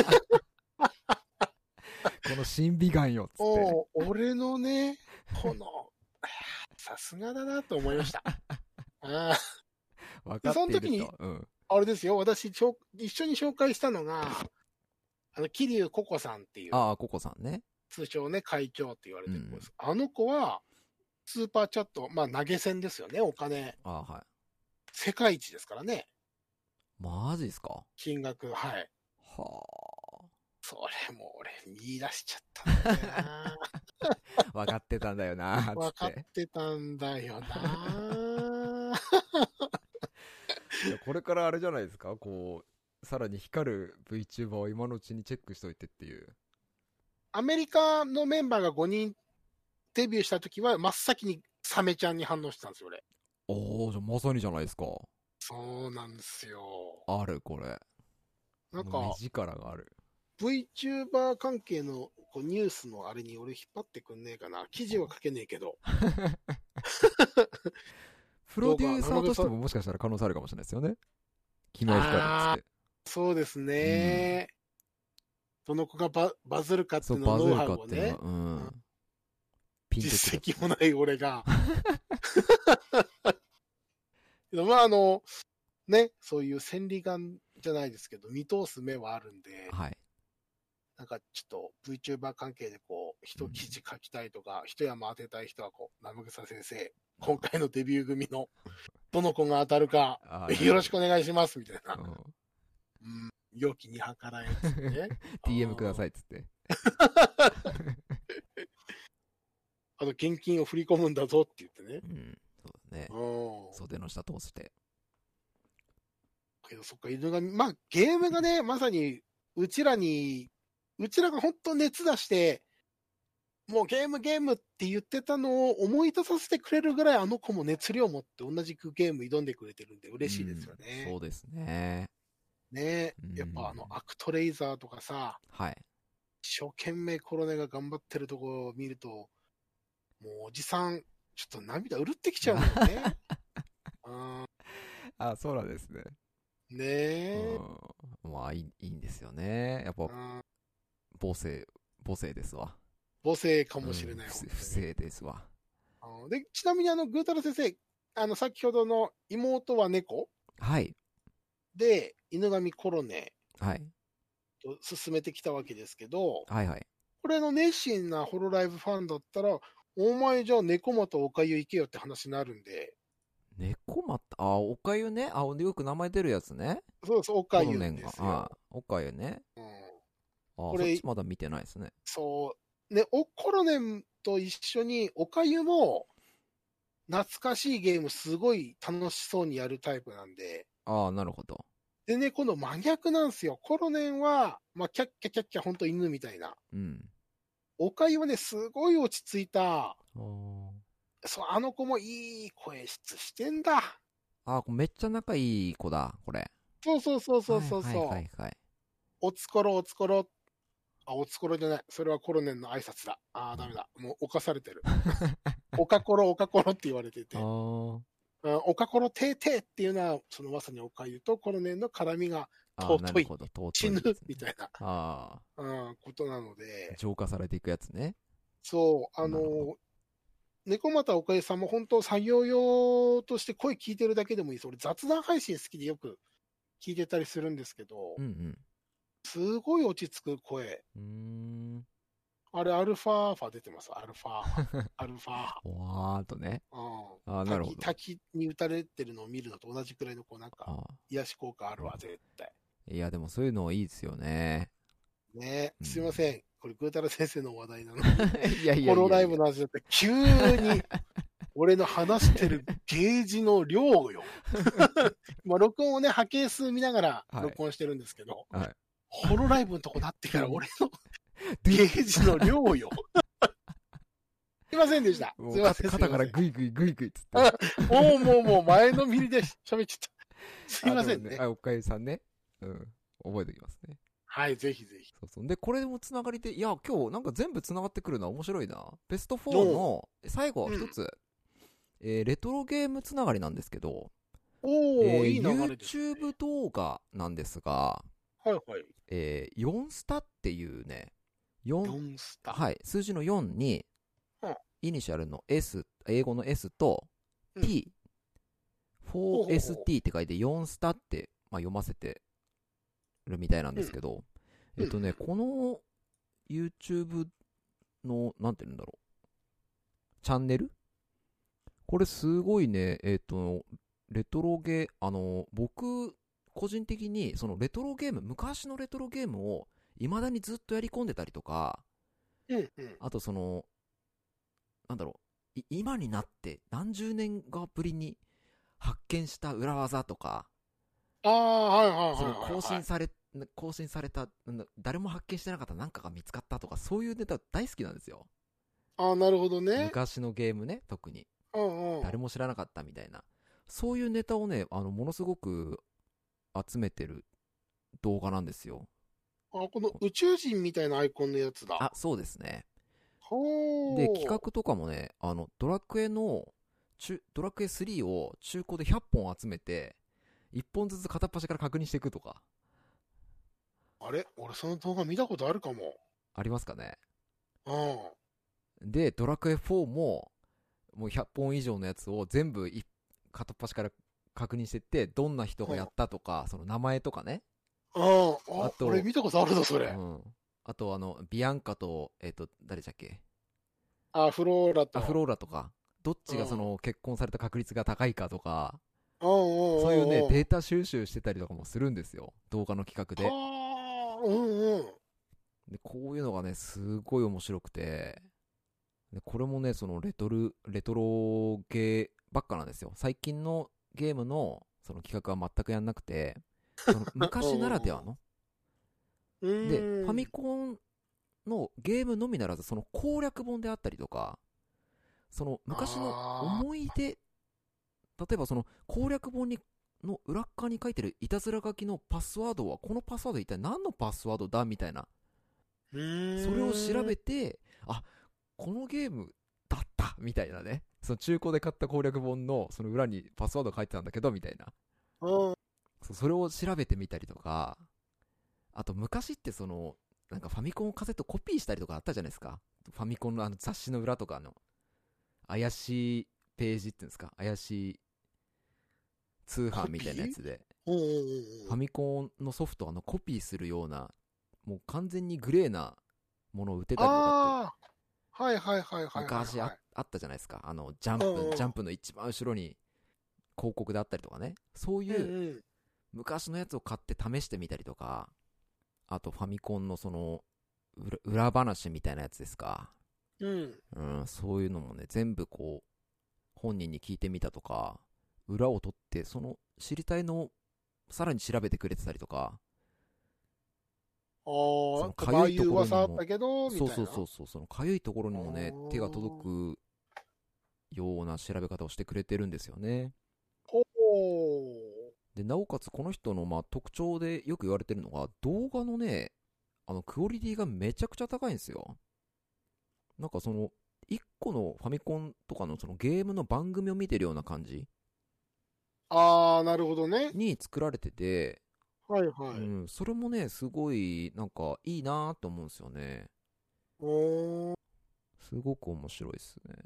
Speaker 1: [laughs] この審美眼よっつって
Speaker 2: おう俺のね、この、 [laughs] あーさすがだなと思いま [laughs] した。あー
Speaker 1: 分かっていると
Speaker 2: その時に
Speaker 1: うん、
Speaker 2: あれですよ、私、ちょ一緒に紹介したのが、あの、桐生ココさんっていう、
Speaker 1: ああココさんね
Speaker 2: 通称ね、会長って言われてる子です。あの子は、スーパーチャット、まあ、投げ銭ですよね、お金。
Speaker 1: ああはい
Speaker 2: 世界一ですからね、
Speaker 1: マジっすか
Speaker 2: 金額、はい。
Speaker 1: は
Speaker 2: それも俺、見出しちゃったんだよな。
Speaker 1: あ。分かってたんだよな、つ
Speaker 2: 分か
Speaker 1: っ
Speaker 2: ってたんだよな
Speaker 1: て。いやこれからあれじゃないですか、こう、さらに光る VTuber を今のうちにチェックしといてっていう。
Speaker 2: [laughs] アメリカのメンバーが5人デビューした時は真っ先にサメちゃんに反応してたんですよ俺
Speaker 1: おー、じゃあまさにじゃないですか。
Speaker 2: そうなんですよ
Speaker 1: ある、これ。
Speaker 2: なん
Speaker 1: もう
Speaker 2: か
Speaker 1: 目力がある。
Speaker 2: VTuber 関係のこうニュースのあれに俺引っ張ってくんねえかな記事は書けねえけど
Speaker 1: プロデューサーとしてももしかしたら可能性あるかもしれないですよね。君は光るっつって。
Speaker 2: そうですね、どの子がババズるかって
Speaker 1: そ
Speaker 2: い
Speaker 1: う、
Speaker 2: うの
Speaker 1: バズ
Speaker 2: ノウ
Speaker 1: る
Speaker 2: ハウ
Speaker 1: か
Speaker 2: を
Speaker 1: っていう
Speaker 2: ね
Speaker 1: のは、うん。ピンと
Speaker 2: 実
Speaker 1: き
Speaker 2: 績もない俺が。で [laughs] もまああの、ね、そういう千里眼じゃないですけど、見通す目はあるんで、
Speaker 1: た。はい。
Speaker 2: なんかちょっと VTuber 関係でこう、一記事書きたいとか、一山当てたい人はこう、ナムグサ先生、今回のデビュー組の、どの子が当たるか、
Speaker 1: あー
Speaker 2: よろしくお願いします、みたいな。
Speaker 1: うん。
Speaker 2: うん、良きに計らえ [laughs] っつってね
Speaker 1: DM くだ
Speaker 2: い。
Speaker 1: さいっつ
Speaker 2: [laughs]
Speaker 1: って。
Speaker 2: あと、現金を振り込むんだぞって言ってね。
Speaker 1: うん。そうだね
Speaker 2: う。ん。
Speaker 1: 袖の下通して。
Speaker 2: けど、そっか、犬神、まあ、ゲームがね、まさに、うちらに、うちらが本当熱出して、もうゲームゲームって言ってたのを思い出させてくれるぐらい、あの子も熱量を持って同じくゲーム挑んでくれてるんで、嬉しいですよ
Speaker 1: うん
Speaker 2: ね。
Speaker 1: そうですね。
Speaker 2: ね
Speaker 1: うん
Speaker 2: やっぱあの、アクトレイザーとかさ、
Speaker 1: はい。
Speaker 2: 一生懸命コロネが頑張ってるところを見ると、もうおじさん、ちょっと涙うるってきちゃ
Speaker 1: [laughs]
Speaker 2: うもんね。うん
Speaker 1: あ、そうなんですね。
Speaker 2: ねえ。
Speaker 1: うん。まあ、いいいいんですよね。やっぱ
Speaker 2: う、ん
Speaker 1: 母性、母性ですわ。
Speaker 2: 母性かもしれない。
Speaker 1: うん
Speaker 2: 本
Speaker 1: 不
Speaker 2: 当に
Speaker 1: 不正ですわ。
Speaker 2: あのでちなみにあの、ぐーたら先生、あの、先ほどの妹は猫
Speaker 1: はい。
Speaker 2: で、犬神コロネ
Speaker 1: はい。
Speaker 2: と進めてきたわけですけど、
Speaker 1: はいはい。
Speaker 2: これの熱心なホロライブファンだったら、お前じゃあ猫またおかゆ行けよって話になるんで、
Speaker 1: 猫また、あ、おかゆね。あ、よく名前出るやつね。
Speaker 2: そうそう、おかゆ
Speaker 1: 麺
Speaker 2: ですよ。
Speaker 1: おかゆね。
Speaker 2: うん、
Speaker 1: あ、こ
Speaker 2: これ
Speaker 1: っちまだ見てないですね。
Speaker 2: そう。ね、お、コロネと一緒に、おかゆも、懐かしいゲームすごい楽しそうにやるタイプなんで、
Speaker 1: ああ、なるほど。
Speaker 2: でね、今度真逆なんですよ。コロネンは、まあ、キャッキャキャッキャ、ほんと犬みたいな。
Speaker 1: うん。
Speaker 2: おかゆはね、すごい落ち着いた。
Speaker 1: あー
Speaker 2: そう、あの子もいい声質してんだ。
Speaker 1: あー、これめっちゃ仲いい子だ、これ。
Speaker 2: そうそうそうそうそうそう、
Speaker 1: はいはいはい。
Speaker 2: おつころおつころ。あ、おつころじゃない。それはコロネンの挨拶だ。あーダメだ。もう犯されてる。 [laughs] おかころおかころって言われてて。
Speaker 1: あ
Speaker 2: うん
Speaker 1: ー
Speaker 2: おかころてーてーっていうのは、そのまさにおかゆとコロネンの絡みが
Speaker 1: あ
Speaker 2: 尊
Speaker 1: ー、
Speaker 2: い
Speaker 1: なるほど、尊い。
Speaker 2: 死ぬみた
Speaker 1: い
Speaker 2: いな、
Speaker 1: な。あ
Speaker 2: うん、ことなの
Speaker 1: あ、
Speaker 2: で。
Speaker 1: 浄化されていくやつね。
Speaker 2: そう、あ
Speaker 1: なるほ
Speaker 2: の、猫又おかゆさんも本当作業用として声聞いてるだけでもいいです。俺雑談配信好きでよく聞いてたりするんですけど、
Speaker 1: うん
Speaker 2: すごい落ち着く声。
Speaker 1: うん。う
Speaker 2: あれ、アルファーファ出てます。アルファーファ。
Speaker 1: [laughs]
Speaker 2: アルファー
Speaker 1: ーん。わーっとね。
Speaker 2: ファ。
Speaker 1: ああ、
Speaker 2: うん。
Speaker 1: なるほど。
Speaker 2: 滝滝に打たれてるのを見るのと同じくらいの、こう、なんか、
Speaker 1: あ
Speaker 2: 癒し効果あるわ、絶対。
Speaker 1: ーいや、でもそういうのいいですよ
Speaker 2: [laughs]
Speaker 1: ね。
Speaker 2: ね
Speaker 1: うん
Speaker 2: すいません。これ、ぐーたら先生の話題なの。
Speaker 1: いやいやいやいや。
Speaker 2: ホロライブの話だって、急
Speaker 1: [laughs]
Speaker 2: に、俺の話してるゲージの量
Speaker 1: [laughs]
Speaker 2: よ。まあ、録音をね、波形数見ながら
Speaker 1: はい
Speaker 2: 録音してるんですけど、
Speaker 1: はい
Speaker 2: ホロライブのとこなってから、俺のゲージの量よ。すいませんでした。
Speaker 1: もう
Speaker 2: すいません。
Speaker 1: 肩から
Speaker 2: すい
Speaker 1: グイグイグイグイっつって。
Speaker 2: あませんもうもうもう前のめりで喋っちゃった。すいません
Speaker 1: あで
Speaker 2: ね
Speaker 1: も。あ、おかゆさんね。うん。覚えておきますね。
Speaker 2: はい、ぜひぜひ。
Speaker 1: そうそう。で、これもつながりで、いや、今日なんか全部つながってくるのは面白いな。ベスト4の最後一つ、えーレトロゲームつながりなんですけど、
Speaker 2: お
Speaker 1: え
Speaker 2: ー、
Speaker 1: ー
Speaker 2: いい流れです、ね。
Speaker 1: YouTube 動画なんですが、
Speaker 2: はいはい。
Speaker 1: えー、4スタっていうね、4、
Speaker 2: 4スター。
Speaker 1: はい、数字の4に
Speaker 2: うん、
Speaker 1: イニシャルの S、英語の S と
Speaker 2: うん
Speaker 1: T、
Speaker 2: うほう
Speaker 1: 4ST って書いて4スタって、まあ、読ませてるみたいなんですけど、
Speaker 2: うん
Speaker 1: えっとね、この YouTube の、なんて言うんだろう、チャンネルこれすごいね、えっと、レトロゲー、あの、僕、個人的に、そのレトロゲーム、昔のレトロゲームを、未だにずっとやり込んでたりとか、
Speaker 2: うんうん。
Speaker 1: あとその、なんだろう、い今になって何十年かぶりに発見した裏技とか、
Speaker 2: ああ、はいはいはい
Speaker 1: その
Speaker 2: はいはい。
Speaker 1: 更新され、更新された、なんだ誰も発見してなかった何かが見つかったとか、そういうネタ大好きなんですよ。
Speaker 2: ああ、なるほどね。
Speaker 1: 昔のゲームね、特に。
Speaker 2: うんうん。
Speaker 1: 誰も知らなかったみたいな。そういうネタをね、あの、ものすごく集めてる動画なんですよ。
Speaker 2: あ、この宇宙人みたいなアイコンのやつだ。
Speaker 1: あ、そうですね。
Speaker 2: ほー
Speaker 1: で、企画とかもね、あの、ドラクエの、中ドラクエ3を中古で100本集めて、1本ずつ片っ端から確認していくとか、
Speaker 2: あれ俺その動画見たことあるかも。
Speaker 1: ありますかね。
Speaker 2: う
Speaker 1: で、ドラクエ4も、もう100本以上のやつを全部い片っ端から確認してって、どんな人がやったとか、その名前とかね。
Speaker 2: ん。うん。あ
Speaker 1: あと
Speaker 2: 俺見たことあるぞ、そうれ。
Speaker 1: ん。あと、あの、ビアンカと、えっ、と、誰でしたっけ
Speaker 2: あ、フローラと。
Speaker 1: アフローラとか、どっちがその結婚された確率が高いかとか、
Speaker 2: お
Speaker 1: そういうね、
Speaker 2: ー
Speaker 1: データ収集してたりとかもするんですよ。動画の企画で。
Speaker 2: はーうんうん。
Speaker 1: で、こういうのがね、すごい面白くて、で、これもね、そのレトル、レトロゲーばっかなんですよ。最近のゲームの、その企画は全くやんなくて、そ
Speaker 2: [laughs]
Speaker 1: の昔ならではの。
Speaker 2: うーん
Speaker 1: で、ファミコンのゲームのみならず、その攻略本であったりとか、その昔の思い出、例えばその攻略本に、の裏っ側に書いてるいたずら書きのパスワードは、このパスワード一体何のパスワードだみたいな
Speaker 2: うーん
Speaker 1: それを調べて、あこのゲームだったみたいなね、その中古で買った攻略本のその裏にパスワード書いてたんだけどみたいな、
Speaker 2: うん
Speaker 1: そうそれを調べてみたりとか、あと昔ってその、なんかファミコンをカセットコピーしたりとかあったじゃないですか、ファミコンのあの雑誌の裏とかの、怪しいページっていうんですか、怪しい通販みたいなやつで。
Speaker 2: うんうん
Speaker 1: ファミコンのソフトをあのコピーするような、もう完全にグレーなものを打てたりとか
Speaker 2: ああー、はいはいはいはい
Speaker 1: って、
Speaker 2: はい。
Speaker 1: 昔ああったじゃないですか。あの、ジャン
Speaker 2: うんう
Speaker 1: プ、ジ
Speaker 2: ん
Speaker 1: ャンプの一番後ろに広告であったりとかね。そう
Speaker 2: うん。
Speaker 1: いううん昔のやつを買って試してみたりとか、あとファミコンのその、裏裏話みたいなやつですか。
Speaker 2: うん。
Speaker 1: うん、そういうのもね、全部こう、本人に聞いてみたとか、裏を取って、その知りたいのをさらに調べてくれてたりとか、
Speaker 2: あ
Speaker 1: の
Speaker 2: あ、なんかあ
Speaker 1: か
Speaker 2: あ
Speaker 1: ゆい
Speaker 2: い
Speaker 1: とこ
Speaker 2: う
Speaker 1: ろにも
Speaker 2: 噂あったけど、みた
Speaker 1: そ
Speaker 2: いうな。
Speaker 1: そうそうそうそのかゆいところにもね
Speaker 2: あー
Speaker 1: 手が届くような調べ方をしてくれてるんですよね
Speaker 2: ほう。
Speaker 1: でなおかつこの人のまあ特徴でよく言われてるのが動画のねあのクオリティがめちゃくちゃ高いんですよなんかその1個のファミコンとかのそのゲームの番組を見てるような感じ
Speaker 2: ああ、なるほどね。
Speaker 1: に作られてて、
Speaker 2: はいは
Speaker 1: う
Speaker 2: い。
Speaker 1: ん、それもねすごいなんかいいなと思うんですよね
Speaker 2: おー
Speaker 1: すごく面白いですね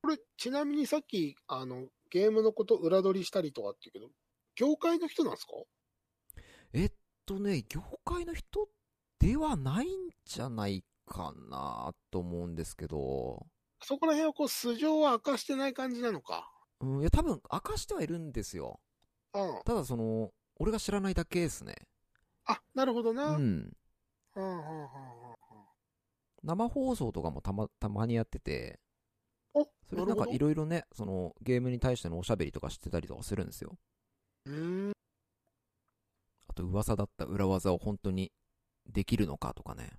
Speaker 2: これ、ちなみにさっき、あの、ゲームのこと裏取りしたりとかって言うけど、業界の人なんですか
Speaker 1: えっとね、業界の人ではないんじゃないかなと思うんですけど、
Speaker 2: そこら辺はこう、素性は明かしてない感じなのか。
Speaker 1: うん、いや、多分明かしてはいるんですよ。
Speaker 2: うん。
Speaker 1: ただ、その、俺が知らないだけですね。
Speaker 2: あ、なるほど
Speaker 1: う
Speaker 2: な。うん、
Speaker 1: ん。
Speaker 2: うん、うん、うん。
Speaker 1: 生放送とかもたま、たまにやってて、
Speaker 2: お、
Speaker 1: それでな
Speaker 2: なる
Speaker 1: ん
Speaker 2: ほ
Speaker 1: か
Speaker 2: ど
Speaker 1: い。ろいろね、その、ゲームに対してのおしゃべりとかしてたりとかするんですよ。
Speaker 2: うーん。
Speaker 1: あと、噂だった裏技を本当にできるのかとかね。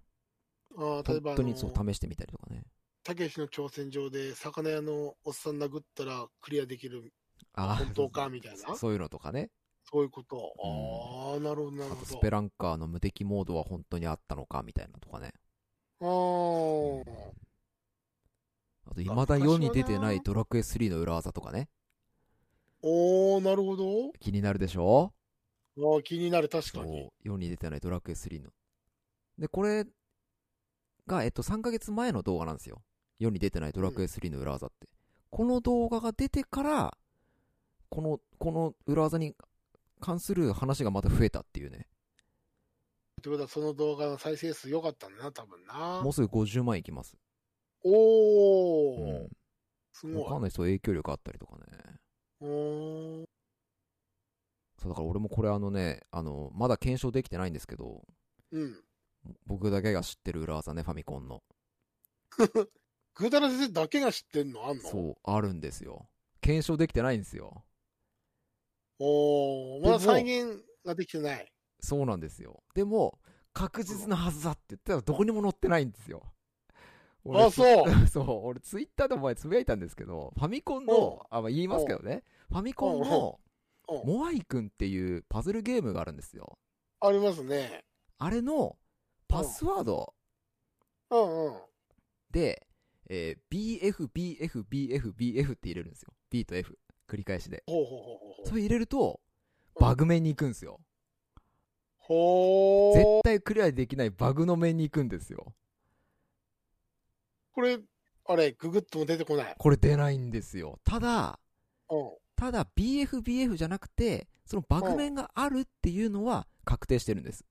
Speaker 2: ああ、例
Speaker 1: 本
Speaker 2: えば、あ
Speaker 1: 当にそう
Speaker 2: の、
Speaker 1: 試してみたりとかね。
Speaker 2: たけしの挑戦状で、魚屋のおっさん殴ったらクリアできる、
Speaker 1: あー
Speaker 2: 本当かみたいな
Speaker 1: そういうのとかね。
Speaker 2: そういうこと。
Speaker 1: う
Speaker 2: ああ、なるほど、なる
Speaker 1: あ
Speaker 2: ほ
Speaker 1: と
Speaker 2: ど。
Speaker 1: スペランカーの無敵モードは本当にあったのかみたいなとかね。
Speaker 2: あー
Speaker 1: あと、未だ世に出てないドラクエ3の裏技とかね。
Speaker 2: おー、なるほど。
Speaker 1: 気になるでしょ
Speaker 2: あー気になる、確
Speaker 1: そ
Speaker 2: かに。
Speaker 1: う。世に出てないドラクエ3の。で、これが、えっと、3ヶ月前の動画なんですよ。世に出てないドラクエ3の裏技って。この動画が出てから、この、この裏技に関する話がまた増えたっていうね。
Speaker 2: ということは、その動画の再生数良かったんだな、多分な
Speaker 1: も。うすぐ50万いきます。
Speaker 2: おー、
Speaker 1: うん
Speaker 2: す
Speaker 1: 他
Speaker 2: ごい。
Speaker 1: の人影響力あったりとかね。
Speaker 2: おー
Speaker 1: そう、だから俺もこれあのね、あの、まだ検証できてないんですけど、
Speaker 2: うん。
Speaker 1: 僕だけが知ってる裏技ね、ファミコンの。
Speaker 2: ぐーたら先生だけが知ってんのあんの
Speaker 1: そう、あるんですよ。検証できてないんですよ。
Speaker 2: おー、まだ
Speaker 1: でも
Speaker 2: 再現ができてない。
Speaker 1: そうなんですよ。でも、確実なはずだって言ったらどこにも載ってないんですよ。俺
Speaker 2: あ、そ
Speaker 1: [laughs]
Speaker 2: う。
Speaker 1: そう、俺ツイッターでも前つぶやいたんですけど、ファミコンの、あ、まあ、言いますけどね、ファミコンの
Speaker 2: おう
Speaker 1: [laughs]
Speaker 2: おう
Speaker 1: モアイくんっていうパズルゲームがあるんですよ。
Speaker 2: ありますね。
Speaker 1: あれのパスワード
Speaker 2: うんうん。
Speaker 1: で、えー BF、BF、BF、BF って入れるんですよ。B と F。繰り返しで。
Speaker 2: ほうほうほうほう
Speaker 1: そ
Speaker 2: ほう。
Speaker 1: れ入れると、バグ面に行くんですよ。
Speaker 2: ほー。
Speaker 1: 絶対クリアできないバグの面に行くんですよ。
Speaker 2: これ、あれ、ググッとも出てこない。
Speaker 1: これ出ないんですよ。ただ、
Speaker 2: うん。
Speaker 1: ただ BFBF じゃなくて、そのバグ面があるっていうのは確定してるんです。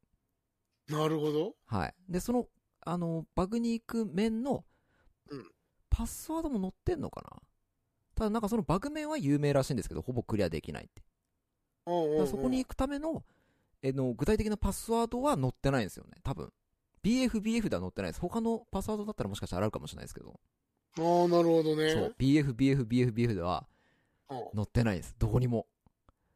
Speaker 2: なるほど。
Speaker 1: はい。で、その、あの、バグに行く面の
Speaker 2: うん、
Speaker 1: パスワードも載ってんのかなただなんかそのバグ面は有名らしいんですけど、ほぼクリアできないって。
Speaker 2: おうお
Speaker 1: だ
Speaker 2: うお
Speaker 1: か
Speaker 2: う
Speaker 1: らそこに行くための、えの、具体的なパスワードは載ってないんですよね、多分。BFBF では載ってないです。他のパスワードだったらもしかしたらあるかもしれないですけど。
Speaker 2: ああ、なるほどね。
Speaker 1: そう。BFBFBFBF では
Speaker 2: うん
Speaker 1: 載ってないです。どこにも。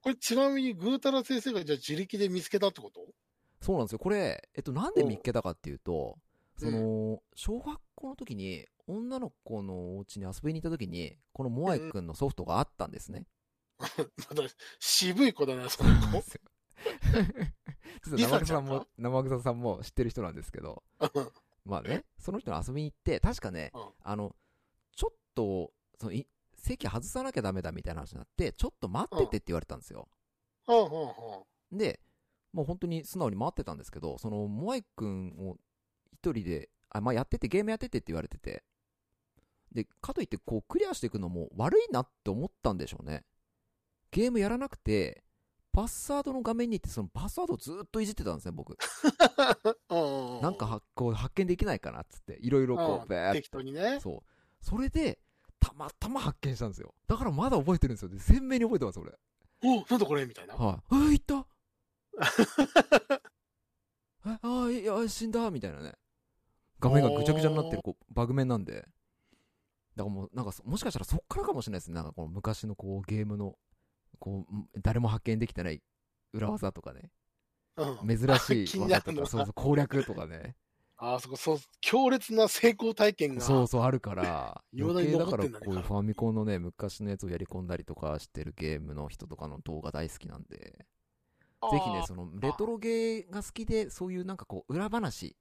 Speaker 2: これちなみに、ぐーたら先生がじゃあ自力で見つけたってこと [laughs]
Speaker 1: そうなんですよ。これ、えっと、なんで見っけたかっていうと、その、小学校の時に、女の子のお家に遊びに行った時に、このモアイくんのソフトがあったんですね。
Speaker 2: まだ渋い子だな、その
Speaker 1: [laughs]
Speaker 2: 子。
Speaker 1: ちょっと
Speaker 2: リ
Speaker 1: 生草
Speaker 2: サちゃ
Speaker 1: さ
Speaker 2: ん
Speaker 1: ん
Speaker 2: か
Speaker 1: も、生草さんも知ってる人なんですけど、まあね、その人に遊びに行って、確かね
Speaker 2: うん、
Speaker 1: あの、ちょっと、そのい席外さなきゃダメだみたいな話になって、ちょっと待っててって言われたんですよ。
Speaker 2: はあはあは
Speaker 1: で、もう本当に素直に待ってたんですけど、その、モアイ君を一人で、あ、まあ、やってて、ゲームやっててって言われてて、で、かといって、こう、クリアしていくのも悪いなって思ったんでしょうね。ゲームやらなくて、パスワードの画面に行って、そのパスワードをずっといじってたんですね、僕。
Speaker 2: あうんうう。
Speaker 1: なんかは、こう、発見できないかなっつって、いろいろこ
Speaker 2: うん
Speaker 1: う、べーっ
Speaker 2: 適当にね。
Speaker 1: そう。それで、たまたま発見したんですよ。だからまだ覚えてるんですよ。で鮮明に覚えてます、俺。
Speaker 2: おなんだこれみたいな。
Speaker 1: はい。あ、行
Speaker 2: [laughs]
Speaker 1: ったえああ、いや、死んだみたいなね。画面がぐちゃぐちゃになってる、こう、バグ面なんで。だからもう、なんかそ、もしかしたらそっからかもしれないですね。なんかこの昔のこう、ゲームの、こう、ん誰も発見できてない裏技とかね。
Speaker 2: うん
Speaker 1: 珍し
Speaker 2: [laughs] 気
Speaker 1: い
Speaker 2: に
Speaker 1: 技
Speaker 2: なる
Speaker 1: と
Speaker 2: の
Speaker 1: か、
Speaker 2: は
Speaker 1: そうそう、攻略とかね。
Speaker 2: ああ、そこ、そう、強烈 [laughs] な成功体験が。
Speaker 1: そうそう、あるから、
Speaker 2: [laughs] 未だ
Speaker 1: 余
Speaker 2: に
Speaker 1: 計だ
Speaker 2: 残
Speaker 1: か
Speaker 2: っ
Speaker 1: ら
Speaker 2: て
Speaker 1: こ
Speaker 2: んだね
Speaker 1: ういうファミコンのね、昔のやつをやり込んだりとかしてるゲームの人とかの動画大好きなんで。
Speaker 2: ああ
Speaker 1: ぜひね、そのレトロゲーが好きで、そういうなんかこう、裏話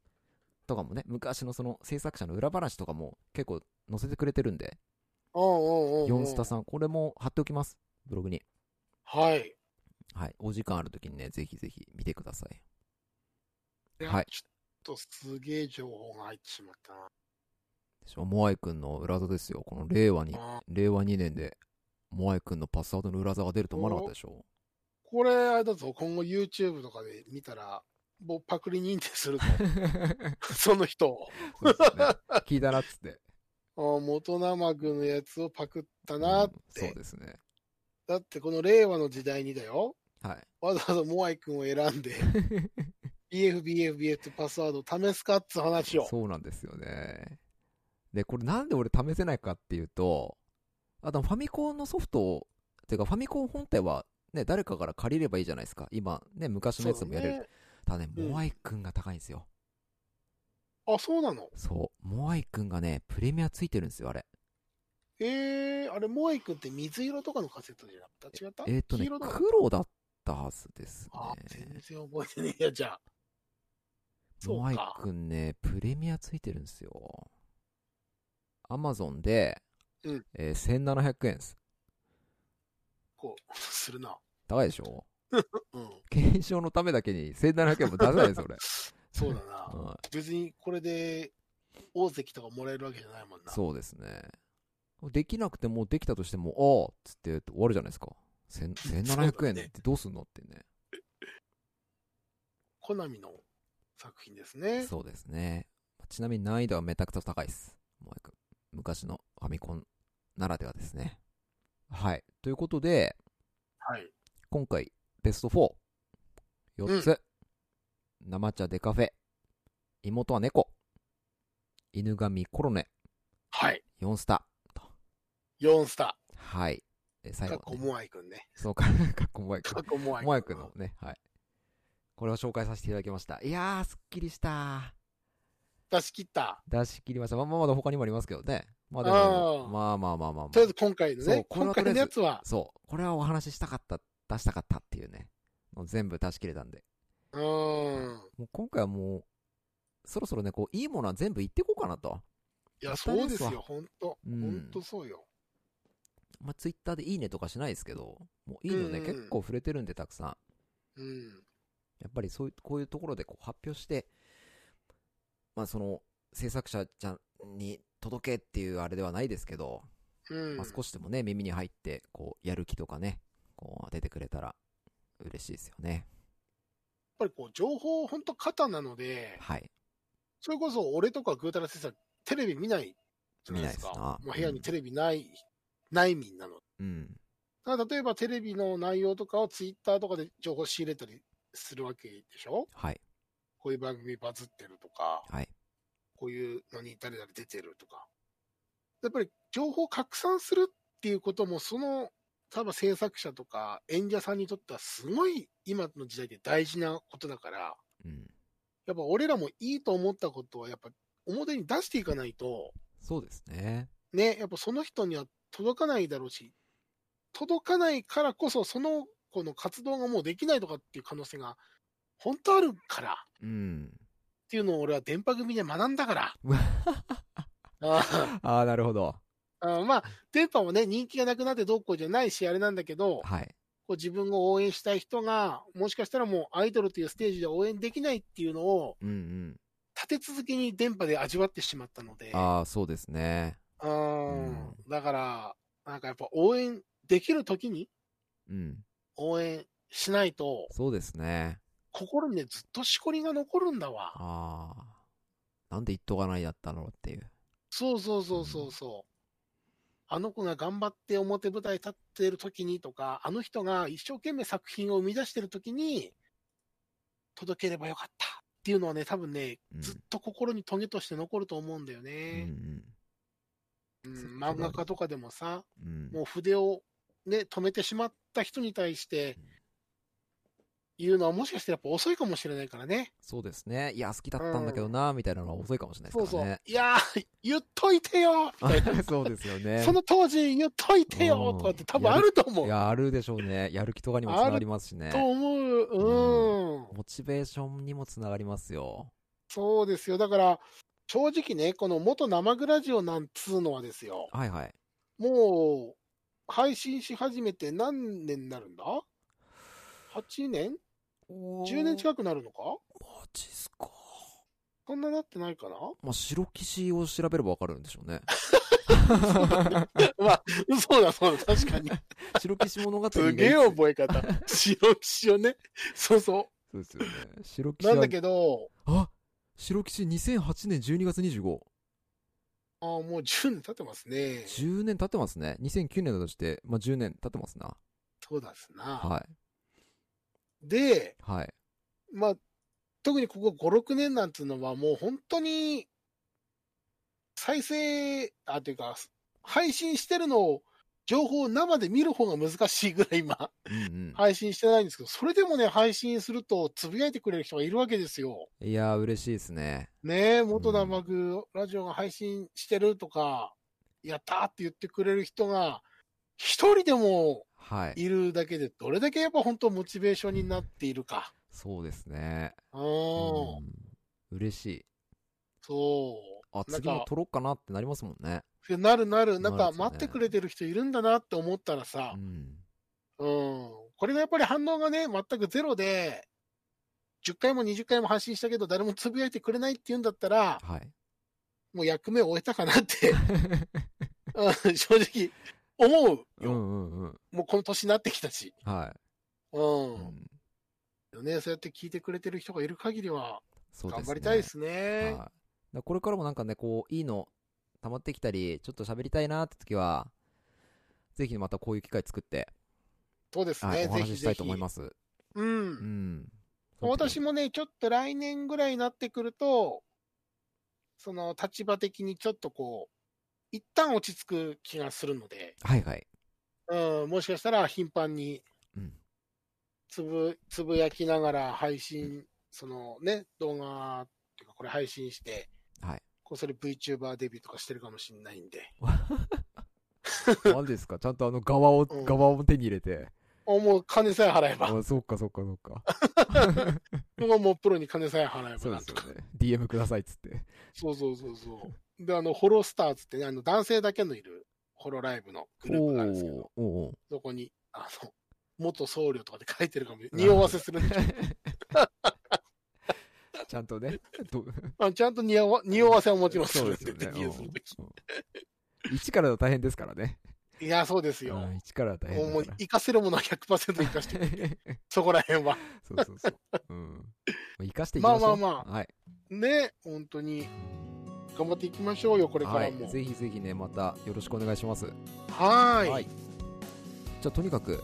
Speaker 1: とかもね、昔のその制作者の裏話とかも結構載せてくれてるんで、
Speaker 2: おうおうおう
Speaker 1: ヨンスタさん、これも貼っておきます、ブログに。
Speaker 2: はい。
Speaker 1: はい、お時間あるときにね、ぜひぜひ見てください。
Speaker 2: いや
Speaker 1: はい
Speaker 2: ちょっとすげえ情報が入ってしまったな。
Speaker 1: でしょモアイ君の裏技ですよ、この令和に、
Speaker 2: あー
Speaker 1: 令和2年で、モアイ君のパスワードの裏技が出ると思わなかったでし
Speaker 2: [laughs]
Speaker 1: ょ。
Speaker 2: これ、あれだぞ、今後 YouTube とかで見たら、もうパクリ認定す
Speaker 1: [laughs]
Speaker 2: るぞ、その人を。
Speaker 1: そうですね聞いたなっつって。
Speaker 2: あー元生具のやつをパクったな。
Speaker 1: うんそうですね。
Speaker 2: だってこの令和の時代にだよ。
Speaker 1: はい。
Speaker 2: わざわざモアイ君を選
Speaker 1: [laughs]
Speaker 2: んで、BFBFBF ってパスワードを試すかっつう話を。
Speaker 1: そうなんですよね。で、これなんで俺試せないかっていうと、あとファミコンのソフトを、てかファミコン本体はね、誰かから借りればいいじゃないですか。今ね、昔のやつでもやれる。
Speaker 2: ね。
Speaker 1: ただね、
Speaker 2: うん
Speaker 1: モアイくんが高いんですよ。
Speaker 2: あ、そうなの
Speaker 1: そう。モアイくんがね、プレミアついてるんですよ、あれ。
Speaker 2: えー、あれ、モアイ君って水色とかのカセットじゃなかった違った
Speaker 1: えっ、と
Speaker 2: 黄
Speaker 1: ね
Speaker 2: 色、だ。
Speaker 1: 黒だったはずです
Speaker 2: あ、
Speaker 1: ね
Speaker 2: 全。然覚えてねえや、じゃあ。そうか
Speaker 1: モアイくんね、プレミアついてるんですよ。アマゾンで、
Speaker 2: うん
Speaker 1: えー1700円です。
Speaker 2: こう、するな。
Speaker 1: 高いでしょ
Speaker 2: うん。
Speaker 1: 検証のためだけに1700円も出せないです、俺。
Speaker 2: [laughs] そうだな。
Speaker 1: [laughs] は
Speaker 2: 別にこれで、大関とかもらえるわけじゃないもん
Speaker 1: い、
Speaker 2: な。
Speaker 1: そうですね。できなくても、できたとしても、ああっつって終わるじゃないですか。せ
Speaker 2: [laughs]
Speaker 1: ん1700円ってどうすんのってね。
Speaker 2: コナミの作品ですね。
Speaker 1: そうですね。ちなみに難易度はめちゃくちゃ高いです。もう一個昔のファミコンならではですね。はい。ということで、
Speaker 2: はい。
Speaker 1: 今回、ベスト4。4つ。生茶デカフェ。妹は猫。犬神コロネ。
Speaker 2: はい。
Speaker 1: 4スタ
Speaker 2: 4スタ
Speaker 1: ー。はい。え最
Speaker 2: ー。か
Speaker 1: 後は
Speaker 2: っこ
Speaker 1: ね、
Speaker 2: モアイ
Speaker 1: [laughs]
Speaker 2: 君ね。
Speaker 1: そうか、かっこもえく
Speaker 2: かっこモアイ君。
Speaker 1: もえくのね、はい。これを紹介させていただきました。いやー、すっきりした。
Speaker 2: 出し切った。
Speaker 1: 出し切りました。まあまあまだ他にもありますけどね。まあで
Speaker 2: あ
Speaker 1: も、
Speaker 2: ー
Speaker 1: まあまあまあまあまあ。
Speaker 2: とりあえず今回の
Speaker 1: そう
Speaker 2: ね、
Speaker 1: これ
Speaker 2: 今
Speaker 1: はと
Speaker 2: 回
Speaker 1: りあ
Speaker 2: の
Speaker 1: えず
Speaker 2: やつは、
Speaker 1: そう。これはお話ししたかった、出したかったっていうね。もう全部出し切れたんで。
Speaker 2: うーん。
Speaker 1: もう今回はもう、そろそろね、こう、いいものは全部言っていこうかなと。
Speaker 2: い
Speaker 1: また
Speaker 2: や、そうです
Speaker 1: です
Speaker 2: よ、
Speaker 1: わ
Speaker 2: ほんと。
Speaker 1: うん
Speaker 2: ほんとそうよ。
Speaker 1: まあ、ツイッターでいいねとかしないですけど、もういいのね、
Speaker 2: うんうん
Speaker 1: 結構触れてるんで、たくさん。
Speaker 2: うん。
Speaker 1: やっぱりそういう、こういうところでこう発表して、まあその、制作者ちゃんに届けっていうあれではないですけど、
Speaker 2: うん。
Speaker 1: まあ少しでもね、耳に入って、こう、やる気とかね、こう、出てくれたら嬉しいですよね。
Speaker 2: やっぱりこう、情報ほんと肩なので、
Speaker 1: はい。
Speaker 2: それこそ俺とかグータラ先生はテレビ見ないじゃないで
Speaker 1: 見な
Speaker 2: す
Speaker 1: いですな
Speaker 2: か。もう部屋にテレビない、内民なの。
Speaker 1: うん。
Speaker 2: だから例えばテレビの内容とかをツイッターとかで情報仕入れたりするわけでしょ
Speaker 1: はい。
Speaker 2: こういう番組バズってるとか、
Speaker 1: はい。
Speaker 2: こういうのに誰々出てるとか。やっぱり情報拡散するっていうことも、その、多分制作者とか演者さんにとってはすごい今の時代で大事なことだから、
Speaker 1: うん。
Speaker 2: やっぱ俺らもいいと思ったことはやっぱ表に出していかないと、
Speaker 1: そうですね。
Speaker 2: ね、やっぱその人には届かないだろうし、届かないからこそ、その子の活動がもうできないとかっていう可能性が本当あるからっ
Speaker 1: うん。
Speaker 2: ていうのを俺は電波組で学んだから。
Speaker 1: うわ
Speaker 2: あ
Speaker 1: [laughs] ああ、なるほど。
Speaker 2: あまあ、電波もね、人気がなくなってどうこうじゃないし、あれなんだけど、
Speaker 1: はい。
Speaker 2: こう自分を応援したい人が、もしかしたらもうアイドルというステージで応援できないっていうのを、
Speaker 1: うんうん。
Speaker 2: 立て続けに電波で味わってしまったので、
Speaker 1: ああ、そうですね。
Speaker 2: うん
Speaker 1: うん
Speaker 2: だから、なんかやっぱ応援できる時に
Speaker 1: うん。
Speaker 2: 応援しないと、
Speaker 1: そうですね。
Speaker 2: 心にね、ずっとしこりが残るんだわ。
Speaker 1: ああ。なんで一斗がないだったのっていう。
Speaker 2: そうそうそうそうそう。あの子が頑張って表舞台立ってる時にとか、あの人が一生懸命作品を生み出してる時に、届ければよかったっていうのはね、多分ね、
Speaker 1: うん。
Speaker 2: ずっと心にトゲとして残ると思うんだよ
Speaker 1: う
Speaker 2: ね。
Speaker 1: ん
Speaker 2: うん
Speaker 1: そう
Speaker 2: 漫画家とかでもさ、
Speaker 1: うん。うん。
Speaker 2: もう筆をね、止めてしまった人に対して、言うのはもしかしてやっぱ遅いかもしれないからね。
Speaker 1: そうですね。いや、好きだったんだけどな、みたいなのは遅いかもしれない
Speaker 2: そう
Speaker 1: です
Speaker 2: そ
Speaker 1: か
Speaker 2: う。
Speaker 1: らね。
Speaker 2: いやー、言っといてよみたいな。
Speaker 1: [laughs] そうですよね。
Speaker 2: その当時言っといてよ
Speaker 1: うん
Speaker 2: とかって多分あると思。
Speaker 1: いうや、あるでしょうね。やる気とかにもつながりますしね。
Speaker 2: と思う。うん。
Speaker 1: モチベーションにもつながりますよ。
Speaker 2: そうですよ。だから、正直ね、この元生グラジオなんつうのはですよ。
Speaker 1: はいはい。
Speaker 2: もう、配信し始めて何年になるんだ ?8 年 ?10
Speaker 1: う。
Speaker 2: 年近くなるのか
Speaker 1: マジっすか。
Speaker 2: そんななってないかな
Speaker 1: まあ、白騎士を調べればわかるんでしょう
Speaker 2: [laughs]
Speaker 1: ね。
Speaker 2: まあ、そうだそうだ、確かに。
Speaker 1: 白騎士物語がいつ。
Speaker 2: [laughs] すげえ覚え方。白騎士をね。そうそ
Speaker 1: そうですよね。白
Speaker 2: う。
Speaker 1: 騎士
Speaker 2: な
Speaker 1: は
Speaker 2: んだけど、
Speaker 1: あ白騎士2008年12月25。
Speaker 2: ああ、もう10年経ってますね。
Speaker 1: 10年経ってますね。2009年だとして、まあ、10年経ってますな。
Speaker 2: そうだっすな。
Speaker 1: はい。
Speaker 2: で、
Speaker 1: はい。
Speaker 2: まあ、特にここ5、6年なんていうのは、もう本当に、再生、あ、というか、配信してるのを、情報を生で見る方が難しいぐらい今、
Speaker 1: うん
Speaker 2: 配信してないんですけど、それでもね、配信すると、つぶやいてくれる人がいるわけですよ。
Speaker 1: うん。いやー、嬉しいですね。
Speaker 2: ねえ、元生グラジオが配信してるとか、やったーって言ってくれる人が、一人でも
Speaker 1: はい。
Speaker 2: いるだけで、どれだけやっぱ本当モチベーションになっているか。
Speaker 1: そうですね。
Speaker 2: う、
Speaker 1: うんん。嬉しい。
Speaker 2: そう。
Speaker 1: あ、
Speaker 2: なんか
Speaker 1: 次も撮ろうかなってなりますもんね。
Speaker 2: なる
Speaker 1: な
Speaker 2: なる、な
Speaker 1: る
Speaker 2: ん
Speaker 1: っすね
Speaker 2: か待ってくれてる人いるんだなって思ったらさ
Speaker 1: う、ん。
Speaker 2: うん、これがやっぱり反応がね、全くゼロで、10回も20回も発信したけど、誰もつぶやいてくれないって言うんだったら、
Speaker 1: はい。
Speaker 2: もう役目を終えたかなって、
Speaker 1: [laughs]
Speaker 2: うん正直、思う
Speaker 1: う
Speaker 2: よ、
Speaker 1: んうんうん。
Speaker 2: もうこの年になってきたし、
Speaker 1: は
Speaker 2: うん
Speaker 1: い。うん
Speaker 2: ね、そうやって聞いてくれてる人がいる限りは、
Speaker 1: そうですね。
Speaker 2: 頑張りたいです
Speaker 1: はい。
Speaker 2: ね
Speaker 1: だ。からこれからもなんかね、こう、いいの溜まってきたり、ちょっと喋りたいなって時は、ぜひまたこういう機会作って、
Speaker 2: そうですね、
Speaker 1: はい、お
Speaker 2: ぜ
Speaker 1: 話
Speaker 2: ひ
Speaker 1: しした
Speaker 2: ぜ
Speaker 1: い
Speaker 2: ひ。
Speaker 1: と思います。
Speaker 2: う
Speaker 1: うんん。
Speaker 2: 私もね、ちょっと来年ぐらいになってくると、その立場的にちょっとこう、一旦落ち着く気がするので、
Speaker 1: はいはい。
Speaker 2: うん、もしかしたら頻繁に
Speaker 1: う
Speaker 2: [laughs]
Speaker 1: ん。
Speaker 2: つぶつぶやきながら配信、そのね、動画っていうか、これ配信して、
Speaker 1: はい
Speaker 2: こうそれ VTuber デビューとかしてるかもしれないんで、
Speaker 1: マジですかちゃんとあの側を、
Speaker 2: うん
Speaker 1: 側を手に入れて。
Speaker 2: おもう金さえ払えば、
Speaker 1: あ、そっかそっかそっか。
Speaker 2: [laughs] 僕はもうプロに金さえ払え
Speaker 1: そ
Speaker 2: ば
Speaker 1: う
Speaker 2: な
Speaker 1: で
Speaker 2: ん
Speaker 1: す
Speaker 2: と
Speaker 1: よ
Speaker 2: か。
Speaker 1: ね。DM くださいっつって。
Speaker 2: そうそうそうそう。で、あの、ホロスターズってね、あの男性だけのいるホロライブのグループなんですけど、
Speaker 1: おーおー
Speaker 2: そこに、あの、元僧侶とかで書いてるかも、匂わせするんでしょ
Speaker 1: [laughs] ちゃんとね。 [laughs] ど
Speaker 2: あちゃんと匂わ匂わせはもちろんす
Speaker 1: そう
Speaker 2: る
Speaker 1: で
Speaker 2: ん
Speaker 1: す
Speaker 2: で、
Speaker 1: よね
Speaker 2: デビューするとき。
Speaker 1: うん一からだと大変ですからね。
Speaker 2: いや、そうですよ。
Speaker 1: うん一からだと大
Speaker 2: もう、
Speaker 1: 変
Speaker 2: もう
Speaker 1: だから。
Speaker 2: 生かせるものは100%生かして、そこら辺は。
Speaker 1: [laughs] そうそうそう。うん。もう生かしていきましょう。
Speaker 2: まあまあ
Speaker 1: はい。
Speaker 2: ね、本当に。頑張っていきましょうよ、これか
Speaker 1: は
Speaker 2: ら
Speaker 1: い
Speaker 2: も。
Speaker 1: ぜひぜひねまたよろしくお願いします
Speaker 2: はーい。
Speaker 1: はいじゃあとにかく、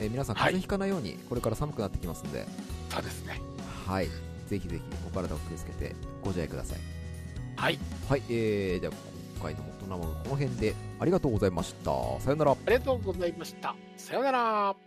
Speaker 1: えー皆さん風邪ひかないように、これから寒くなってきますんで
Speaker 2: そうですね。
Speaker 1: はいぜひぜひお体を気をつけてご自愛ください
Speaker 2: はい。
Speaker 1: はい、えー、じゃあ今回の大人もこの辺でありがとうございましたさよなら
Speaker 2: ありがとうございました。さようなら。